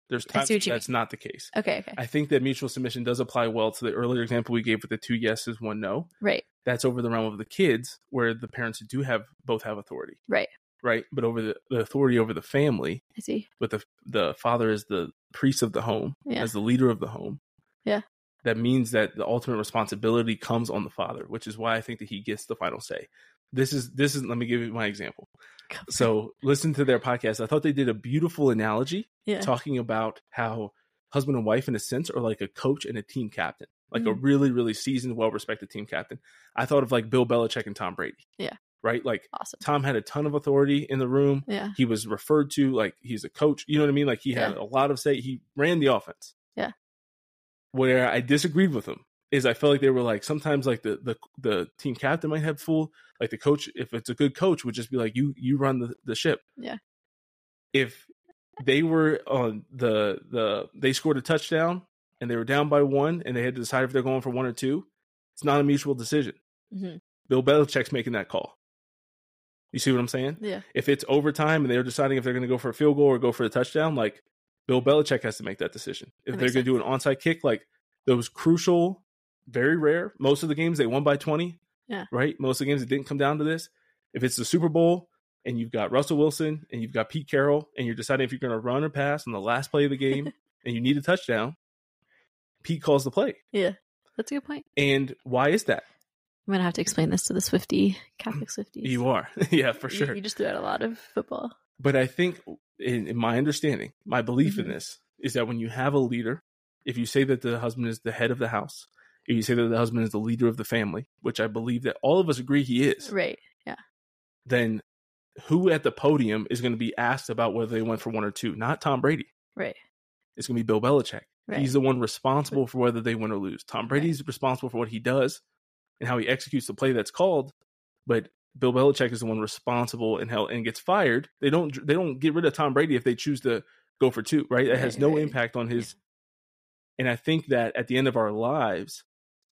Speaker 1: There's
Speaker 2: I
Speaker 1: times
Speaker 2: see what you
Speaker 1: that's not the case.
Speaker 2: Okay. Okay.
Speaker 1: I think that mutual submission does apply well to the earlier example we gave with the two yeses, one no.
Speaker 2: right.
Speaker 1: That's over the realm of the kids, where the parents do have both have authority,
Speaker 2: Right.
Speaker 1: right? But over the, the authority over the family,
Speaker 2: I see.
Speaker 1: with the the father as the priest of the home,
Speaker 2: Yeah.
Speaker 1: as the leader of the home.
Speaker 2: Yeah.
Speaker 1: That means that the ultimate responsibility comes on the father, which is why I think that he gets the final say. This is this is let me give you my example. So listen to their podcast. I thought they did a beautiful analogy
Speaker 2: Yeah.
Speaker 1: talking about how husband and wife in a sense are like a coach and a team captain. Like a
Speaker 2: Mm.
Speaker 1: really, really seasoned, well respected team captain. I thought of like Bill Belichick and Tom Brady.
Speaker 2: Yeah.
Speaker 1: Right? Like
Speaker 2: Awesome.
Speaker 1: Tom had a ton of authority in the room
Speaker 2: Yeah.
Speaker 1: he was referred to like he's a coach you know what i mean like he had
Speaker 2: Yeah.
Speaker 1: a lot of say he ran the offense
Speaker 2: Yeah.
Speaker 1: where i disagreed with him is i felt like they were like sometimes like the the, the team captain might have full like the coach if it's a good coach would just be like you you run the, the ship
Speaker 2: Yeah.
Speaker 1: if they were on the the they scored a touchdown and they were down by one and they had to decide if they're going for one or two it's not a mutual decision
Speaker 2: Mhm.
Speaker 1: bill belichick's making that call you see what i'm saying
Speaker 2: Yeah.
Speaker 1: if it's overtime and they're deciding if they're going to go for a field goal or go for a touchdown, like Bill Belichick has to make that decision. If
Speaker 2: That
Speaker 1: they're
Speaker 2: makes
Speaker 1: going to do an onside kick, like those crucial, very rare. Most of the games they won by 20.
Speaker 2: Yeah.
Speaker 1: Right? Most of the games it didn't come down to this. If it's the Super Bowl and you've got Russell Wilson and you've got Pete Carroll and you're deciding if you're going to run or pass on the last play of the game and you need a touchdown, Pete calls the play.
Speaker 2: That's a good point.
Speaker 1: And why is that?
Speaker 2: I'm gonna have to explain this to the Swifty Catholic Swifties.
Speaker 1: You are. yeah, for
Speaker 2: You-
Speaker 1: sure.
Speaker 2: You, just threw out a lot of football.
Speaker 1: but I think, in, in my understanding, my belief in
Speaker 2: Mhm.
Speaker 1: this is that when you have a leader, if you say that the husband is the head of the house, if you say that the husband is the leader of the family, which I believe that all of us agree he is,
Speaker 2: Right.
Speaker 1: then who at the podium is going to be asked about whether they went for one or two? Not Tom Brady.
Speaker 2: Right.
Speaker 1: It's going to be Bill Belichick.
Speaker 2: Right.
Speaker 1: He's the one responsible for whether they win or lose. Tom Brady's responsible for what he does and how he executes the play that's called, but Bill Belichick is the one responsible and how and gets fired. They don't they don't get rid of Tom Brady if they choose to go for two, right? It has
Speaker 2: Right,
Speaker 1: no
Speaker 2: right.
Speaker 1: impact on his and I think that at the end of our lives,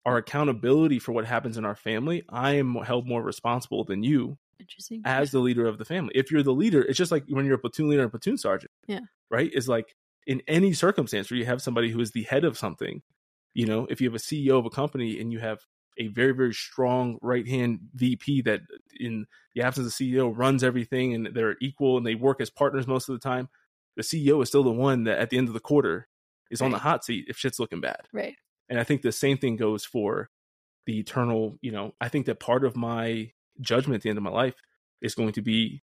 Speaker 1: our accountability for what happens in our family, I am held more responsible than you
Speaker 2: Interesting.
Speaker 1: as the leader of the family. If you're the leader, it's just like when you're a platoon leader and platoon sergeant.
Speaker 2: Yeah.
Speaker 1: Right? Is like in any circumstance where you have somebody who is the head of something, you know, if you have a CEO of a company and you have a very, very strong right hand VP that in the absence of CEO runs everything and they're equal and they work as partners most of the time, the CEO is still the one that at the end of the quarter is on the
Speaker 2: Right.
Speaker 1: hot seat if shit's looking bad.
Speaker 2: Right.
Speaker 1: And I think the same thing goes for the eternal, you know, I think that part of my judgment at the end of my life is going to be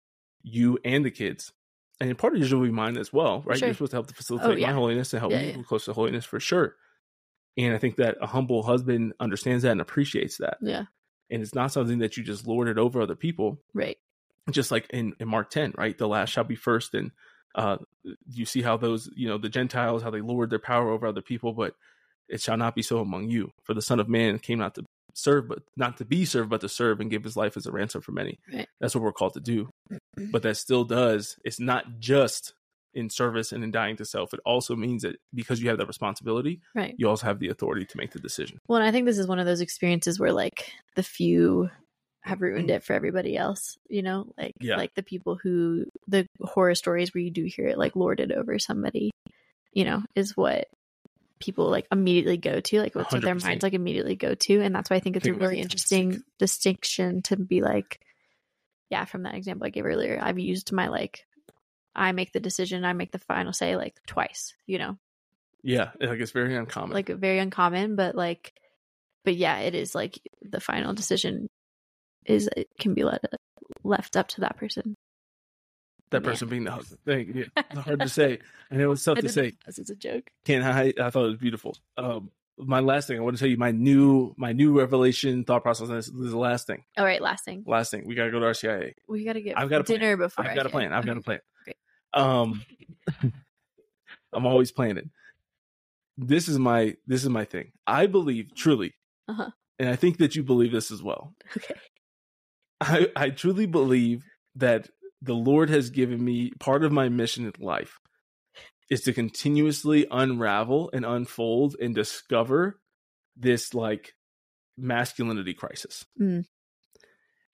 Speaker 1: you and the kids. And in part of it will be mine as well, right?
Speaker 2: Sure. Oh,
Speaker 1: You're supposed to help to facilitate
Speaker 2: yeah.
Speaker 1: my holiness and help
Speaker 2: Yeah,
Speaker 1: me
Speaker 2: yeah.
Speaker 1: get close to holiness for sure. And I think that a humble husband understands that and appreciates that.
Speaker 2: Yeah.
Speaker 1: And it's not something that you just lord it over other people.
Speaker 2: Right.
Speaker 1: Just like in, in Mark 10, right? The last shall be first. And uh, you see how those, you know, the Gentiles, how they lord their power over other people. But it shall not be so among you. For the Son of Man came not to serve, but not to be served, but to serve and give his life as a ransom for many.
Speaker 2: Right. Mm-hmm.
Speaker 1: That's what we're called to do. But that still does, it's not just in service and in dying to self. It also means that because you have that responsibility,
Speaker 2: Right.
Speaker 1: you also have the authority to make the decision.
Speaker 2: Well, and I think this is one of those experiences where like the few have ruined it for everybody else, you know, like
Speaker 1: Yeah.
Speaker 2: like the people who the horror stories where you do hear it like lorded over somebody, you know, is what people like immediately go to, like what's what their
Speaker 1: 100%.
Speaker 2: minds like immediately go to, and that's why I think it's
Speaker 1: Think
Speaker 2: a
Speaker 1: about
Speaker 2: really
Speaker 1: it.
Speaker 2: interesting distinction to be like, yeah, from that example I gave earlier, I've used my like, I make the decision, I make the final say like twice, you know,
Speaker 1: Yeah, and, like it's very uncommon.
Speaker 2: like very uncommon but like but yeah it is like the final decision is it can be let left up to that person
Speaker 1: that
Speaker 2: man.
Speaker 1: person being the husband. Thank you. It's hard to say, and it was tough
Speaker 2: I
Speaker 1: to
Speaker 2: didn't
Speaker 1: say.
Speaker 2: realize it's a joke
Speaker 1: Can't hide. I thought it was beautiful. Um, my last thing I want to tell you my new my new revelation thought process. and This, this is the last thing.
Speaker 2: all right last thing
Speaker 1: Last thing. We gotta go to RCIA.
Speaker 2: we gotta get
Speaker 1: I've got a plan.
Speaker 2: dinner before
Speaker 1: I've got a
Speaker 2: I
Speaker 1: plan. I've got a
Speaker 2: Okay.
Speaker 1: plan.
Speaker 2: Great.
Speaker 1: Um, I'm always planning. This is my this is my thing. I believe truly,
Speaker 2: Uh-huh.
Speaker 1: and I think that you believe this as well.
Speaker 2: Okay.
Speaker 1: I I truly believe that the Lord has given me part of my mission in life is to continuously unravel and unfold and discover this like masculinity crisis.
Speaker 2: Mm.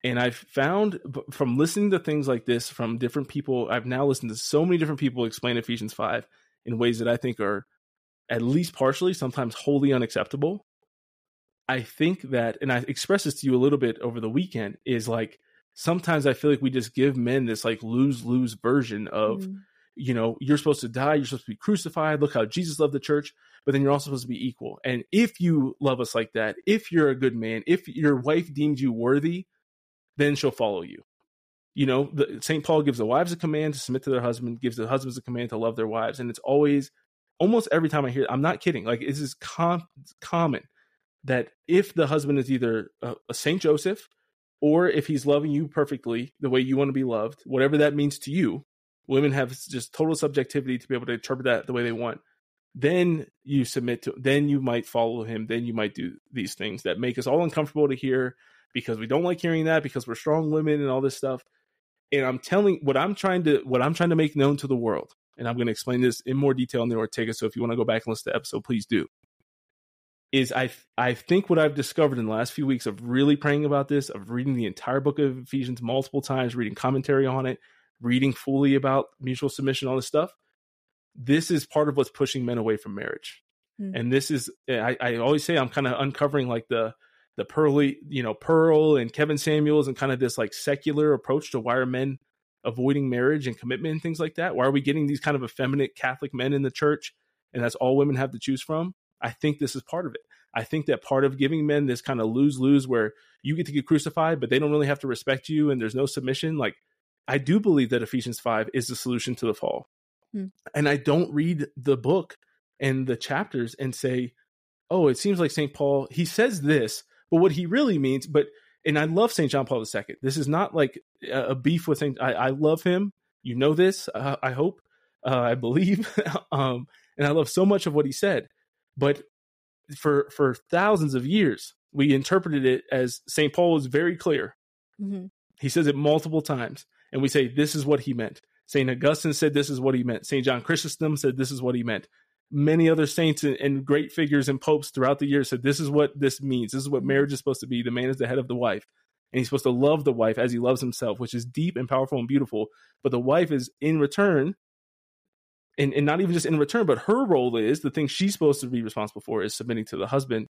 Speaker 1: And I've found b- from listening to things like this from different people, I've now listened to so many different people explain Ephesians 5 in ways that I think are at least partially, sometimes wholly unacceptable. I think that, and I expressed this to you a little bit over the weekend, is like sometimes I feel like we just give men this like lose lose version of
Speaker 2: Mm.
Speaker 1: you know, you're supposed to die, you're supposed to be crucified. Look how Jesus loved the church, but then you're also supposed to be equal. And if you love us like that, if you're a good man, if your wife deems you worthy, then she'll follow you. You know, the, St. Paul gives the wives a command to submit to their husband, gives the husbands a command to love their wives. And it's always, almost every time I hear, I'm not kidding, like this is com- common that if the husband is either a, a St. Joseph or if he's loving you perfectly the way you want to be loved, whatever that means to you, women have just total subjectivity to be able to interpret that the way they want then you submit to then you might follow him then you might do these things that make us all uncomfortable to hear because we don't like hearing that because we're strong women and all this stuff and i'm telling what i'm trying to what i'm trying to make known to the world and i'm going to explain this in more detail in the ortega so if you want to go back and listen to the episode please do is i i think what i've discovered in the last few weeks of really praying about this of reading the entire book of ephesians multiple times reading commentary on it reading fully about mutual submission, all this stuff. This is part of what's pushing men away from marriage.
Speaker 2: Mm.
Speaker 1: And this is, I, I always say, I'm kind of uncovering like the, the pearly, you know, Pearl and Kevin Samuels and kind of this like secular approach to why are men avoiding marriage and commitment and things like that? Why are we getting these kind of effeminate Catholic men in the church and that's all women have to choose from? I think this is part of it. I think that part of giving men this kind of lose lose where you get to get crucified, but they don't really have to respect you and there's no submission. Like, I do believe that Ephesians 5 is the solution to the fall.
Speaker 2: Hmm.
Speaker 1: And I don't read the book and the chapters and say, oh, it seems like St. Paul, he says this, but what he really means, but, and I love St. John Paul II. This is not like a a beef with St. I, I love him. You know this, uh, I hope, uh, I believe. um, and I love so much of what he said. But for, for thousands of years, we interpreted it as St. Paul was very clear.
Speaker 2: Mhm.
Speaker 1: He says it multiple times, and we say this is what he meant. Saint Augustine said this is what he meant. Saint John Chrysostom said this is what he meant. Many other saints and, and great figures and popes throughout the years said this is what this means. This is what marriage is supposed to be. The man is the head of the wife, and he's supposed to love the wife as he loves himself, which is deep and powerful and beautiful. But the wife is in return, and, and not even just in return, but her role is the thing she's supposed to be responsible for is submitting to the husband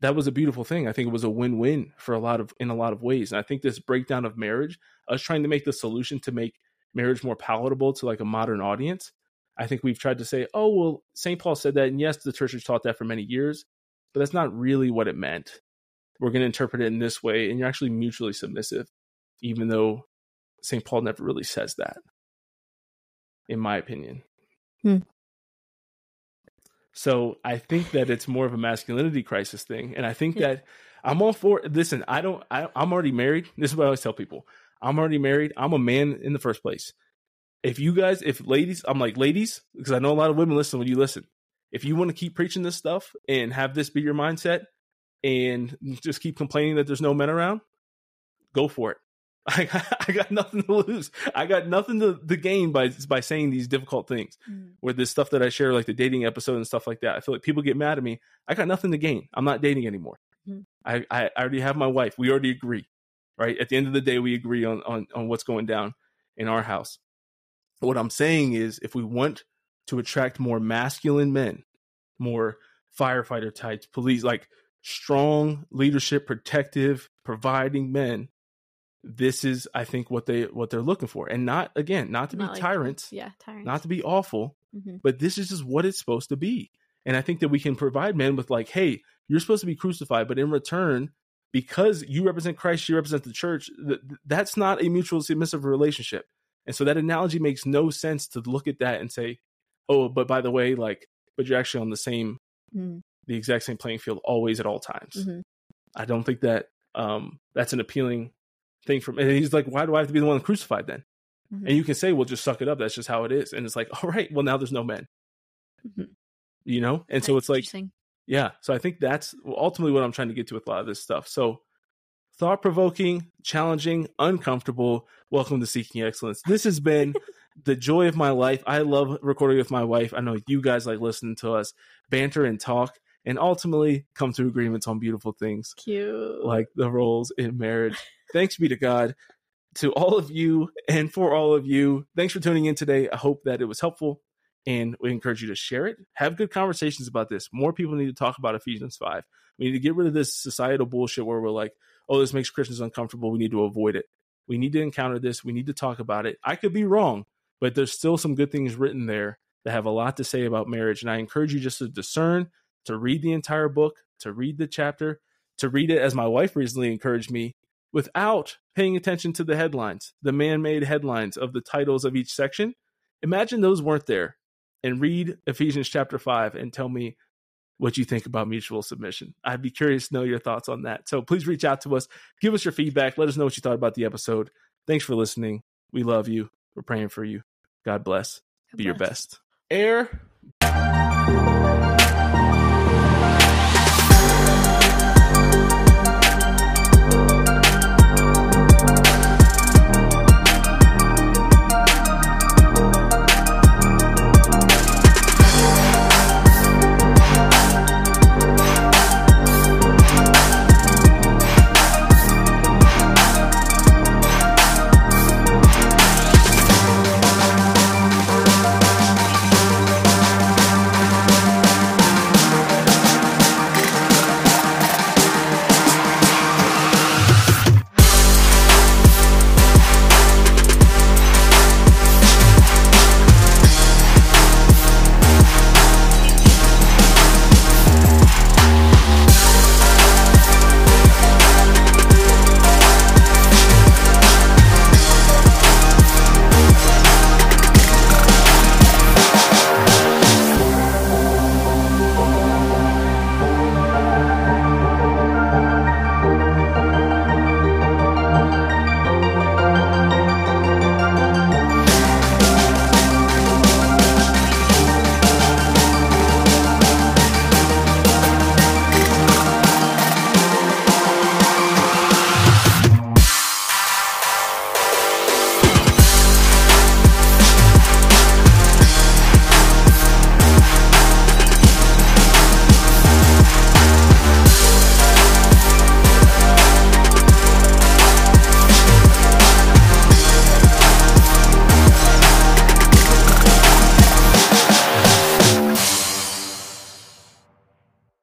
Speaker 1: that was a beautiful thing. I think it was a win-win for a lot of in a lot of ways. And I think this breakdown of marriage, us trying to make the solution to make marriage more palatable to like a modern audience. I think we've tried to say, oh well, St. Paul said that, and yes, the church has taught that for many years, but that's not really what it meant. We're going to interpret it in this way, and you're actually mutually submissive, even though St. Paul never really says that, in my opinion.
Speaker 2: Hmm.
Speaker 1: So I think that it's more of a masculinity crisis thing, and I think
Speaker 2: Yeah.
Speaker 1: that I'm all for. Listen, I don't. I, I'm already married. This is what I always tell people. I'm already married. I'm a man in the first place. If you guys, if ladies, I'm like ladies because I know a lot of women listen when you listen. if you want to keep preaching this stuff and have this be your mindset and just keep complaining that there's no men around, go for it. I got, I got nothing to lose. I got nothing to, to gain by by saying these difficult things.
Speaker 2: Mm.
Speaker 1: Where this stuff that I share, like the dating episode and stuff like that, I feel like people get mad at me. I got nothing to gain. I'm not dating anymore.
Speaker 2: Mhm.
Speaker 1: I, I I already have my wife. We already agree, right? At the end of the day, we agree on on on what's going down in our house. What I'm saying is, if we want to attract more masculine men, more firefighter types, police, like strong leadership, protective, providing men. This is, I think, what they what they're looking for, and not again, not to be
Speaker 2: Not like-
Speaker 1: tyrants,
Speaker 2: Yeah, tyrants.
Speaker 1: not to be awful,
Speaker 2: Mhm.
Speaker 1: but this is just what it's supposed to be. And I think that we can provide men with like, hey, you're supposed to be crucified, but in return, because you represent Christ, you represent the church. Th- th- that's not a mutual submissive relationship. And so that analogy makes no sense to look at that and say, oh, but by the way, like, but you're actually on the same
Speaker 2: Mm,
Speaker 1: the exact same playing field always at all times.
Speaker 2: mhm.
Speaker 1: I don't think that um, that's an appealing thing from. And he's like, why do I have to be the one crucified then?
Speaker 2: Mhm.
Speaker 1: And you can say, well, just suck it up. That's just how it is. And it's like, all right, well now there's no men,
Speaker 2: Mhm.
Speaker 1: you know. And so
Speaker 2: That's
Speaker 1: it's like,
Speaker 2: interesting.
Speaker 1: yeah. So I think that's ultimately what I'm trying to get to with a lot of this stuff. So thought provoking, challenging, uncomfortable. Welcome to Seeking Excellence. This has been the joy of my life. I love recording with my wife. I know you guys like listening to us banter and talk and ultimately come to agreements on beautiful things
Speaker 2: cute.
Speaker 1: like the roles in marriage. Thanks be to God to all of you and for all of you. Thanks for tuning in today. I hope that it was helpful and we encourage you to share it. Have good conversations about this. More people need to talk about Ephesians 5. We need to get rid of this societal bullshit where we're like, oh, this makes Christians uncomfortable. We need to avoid it. We need to encounter this. We need to talk about it. I could be wrong, but there's still some good things written there that have a lot to say about marriage. And I encourage you just to discern, to read the entire book, to read the chapter, to read it as my wife recently encouraged me without paying attention to the headlines, the man made headlines of the titles of each section. Imagine those weren't there and read Ephesians chapter 5 and tell me what you think about mutual submission. I'd be curious to know your thoughts on that. So please reach out to us, give us your feedback, let us know what you thought about the episode. Thanks for listening. We love you. We're praying for you. God bless. Be your
Speaker 2: Bless.
Speaker 1: best. Air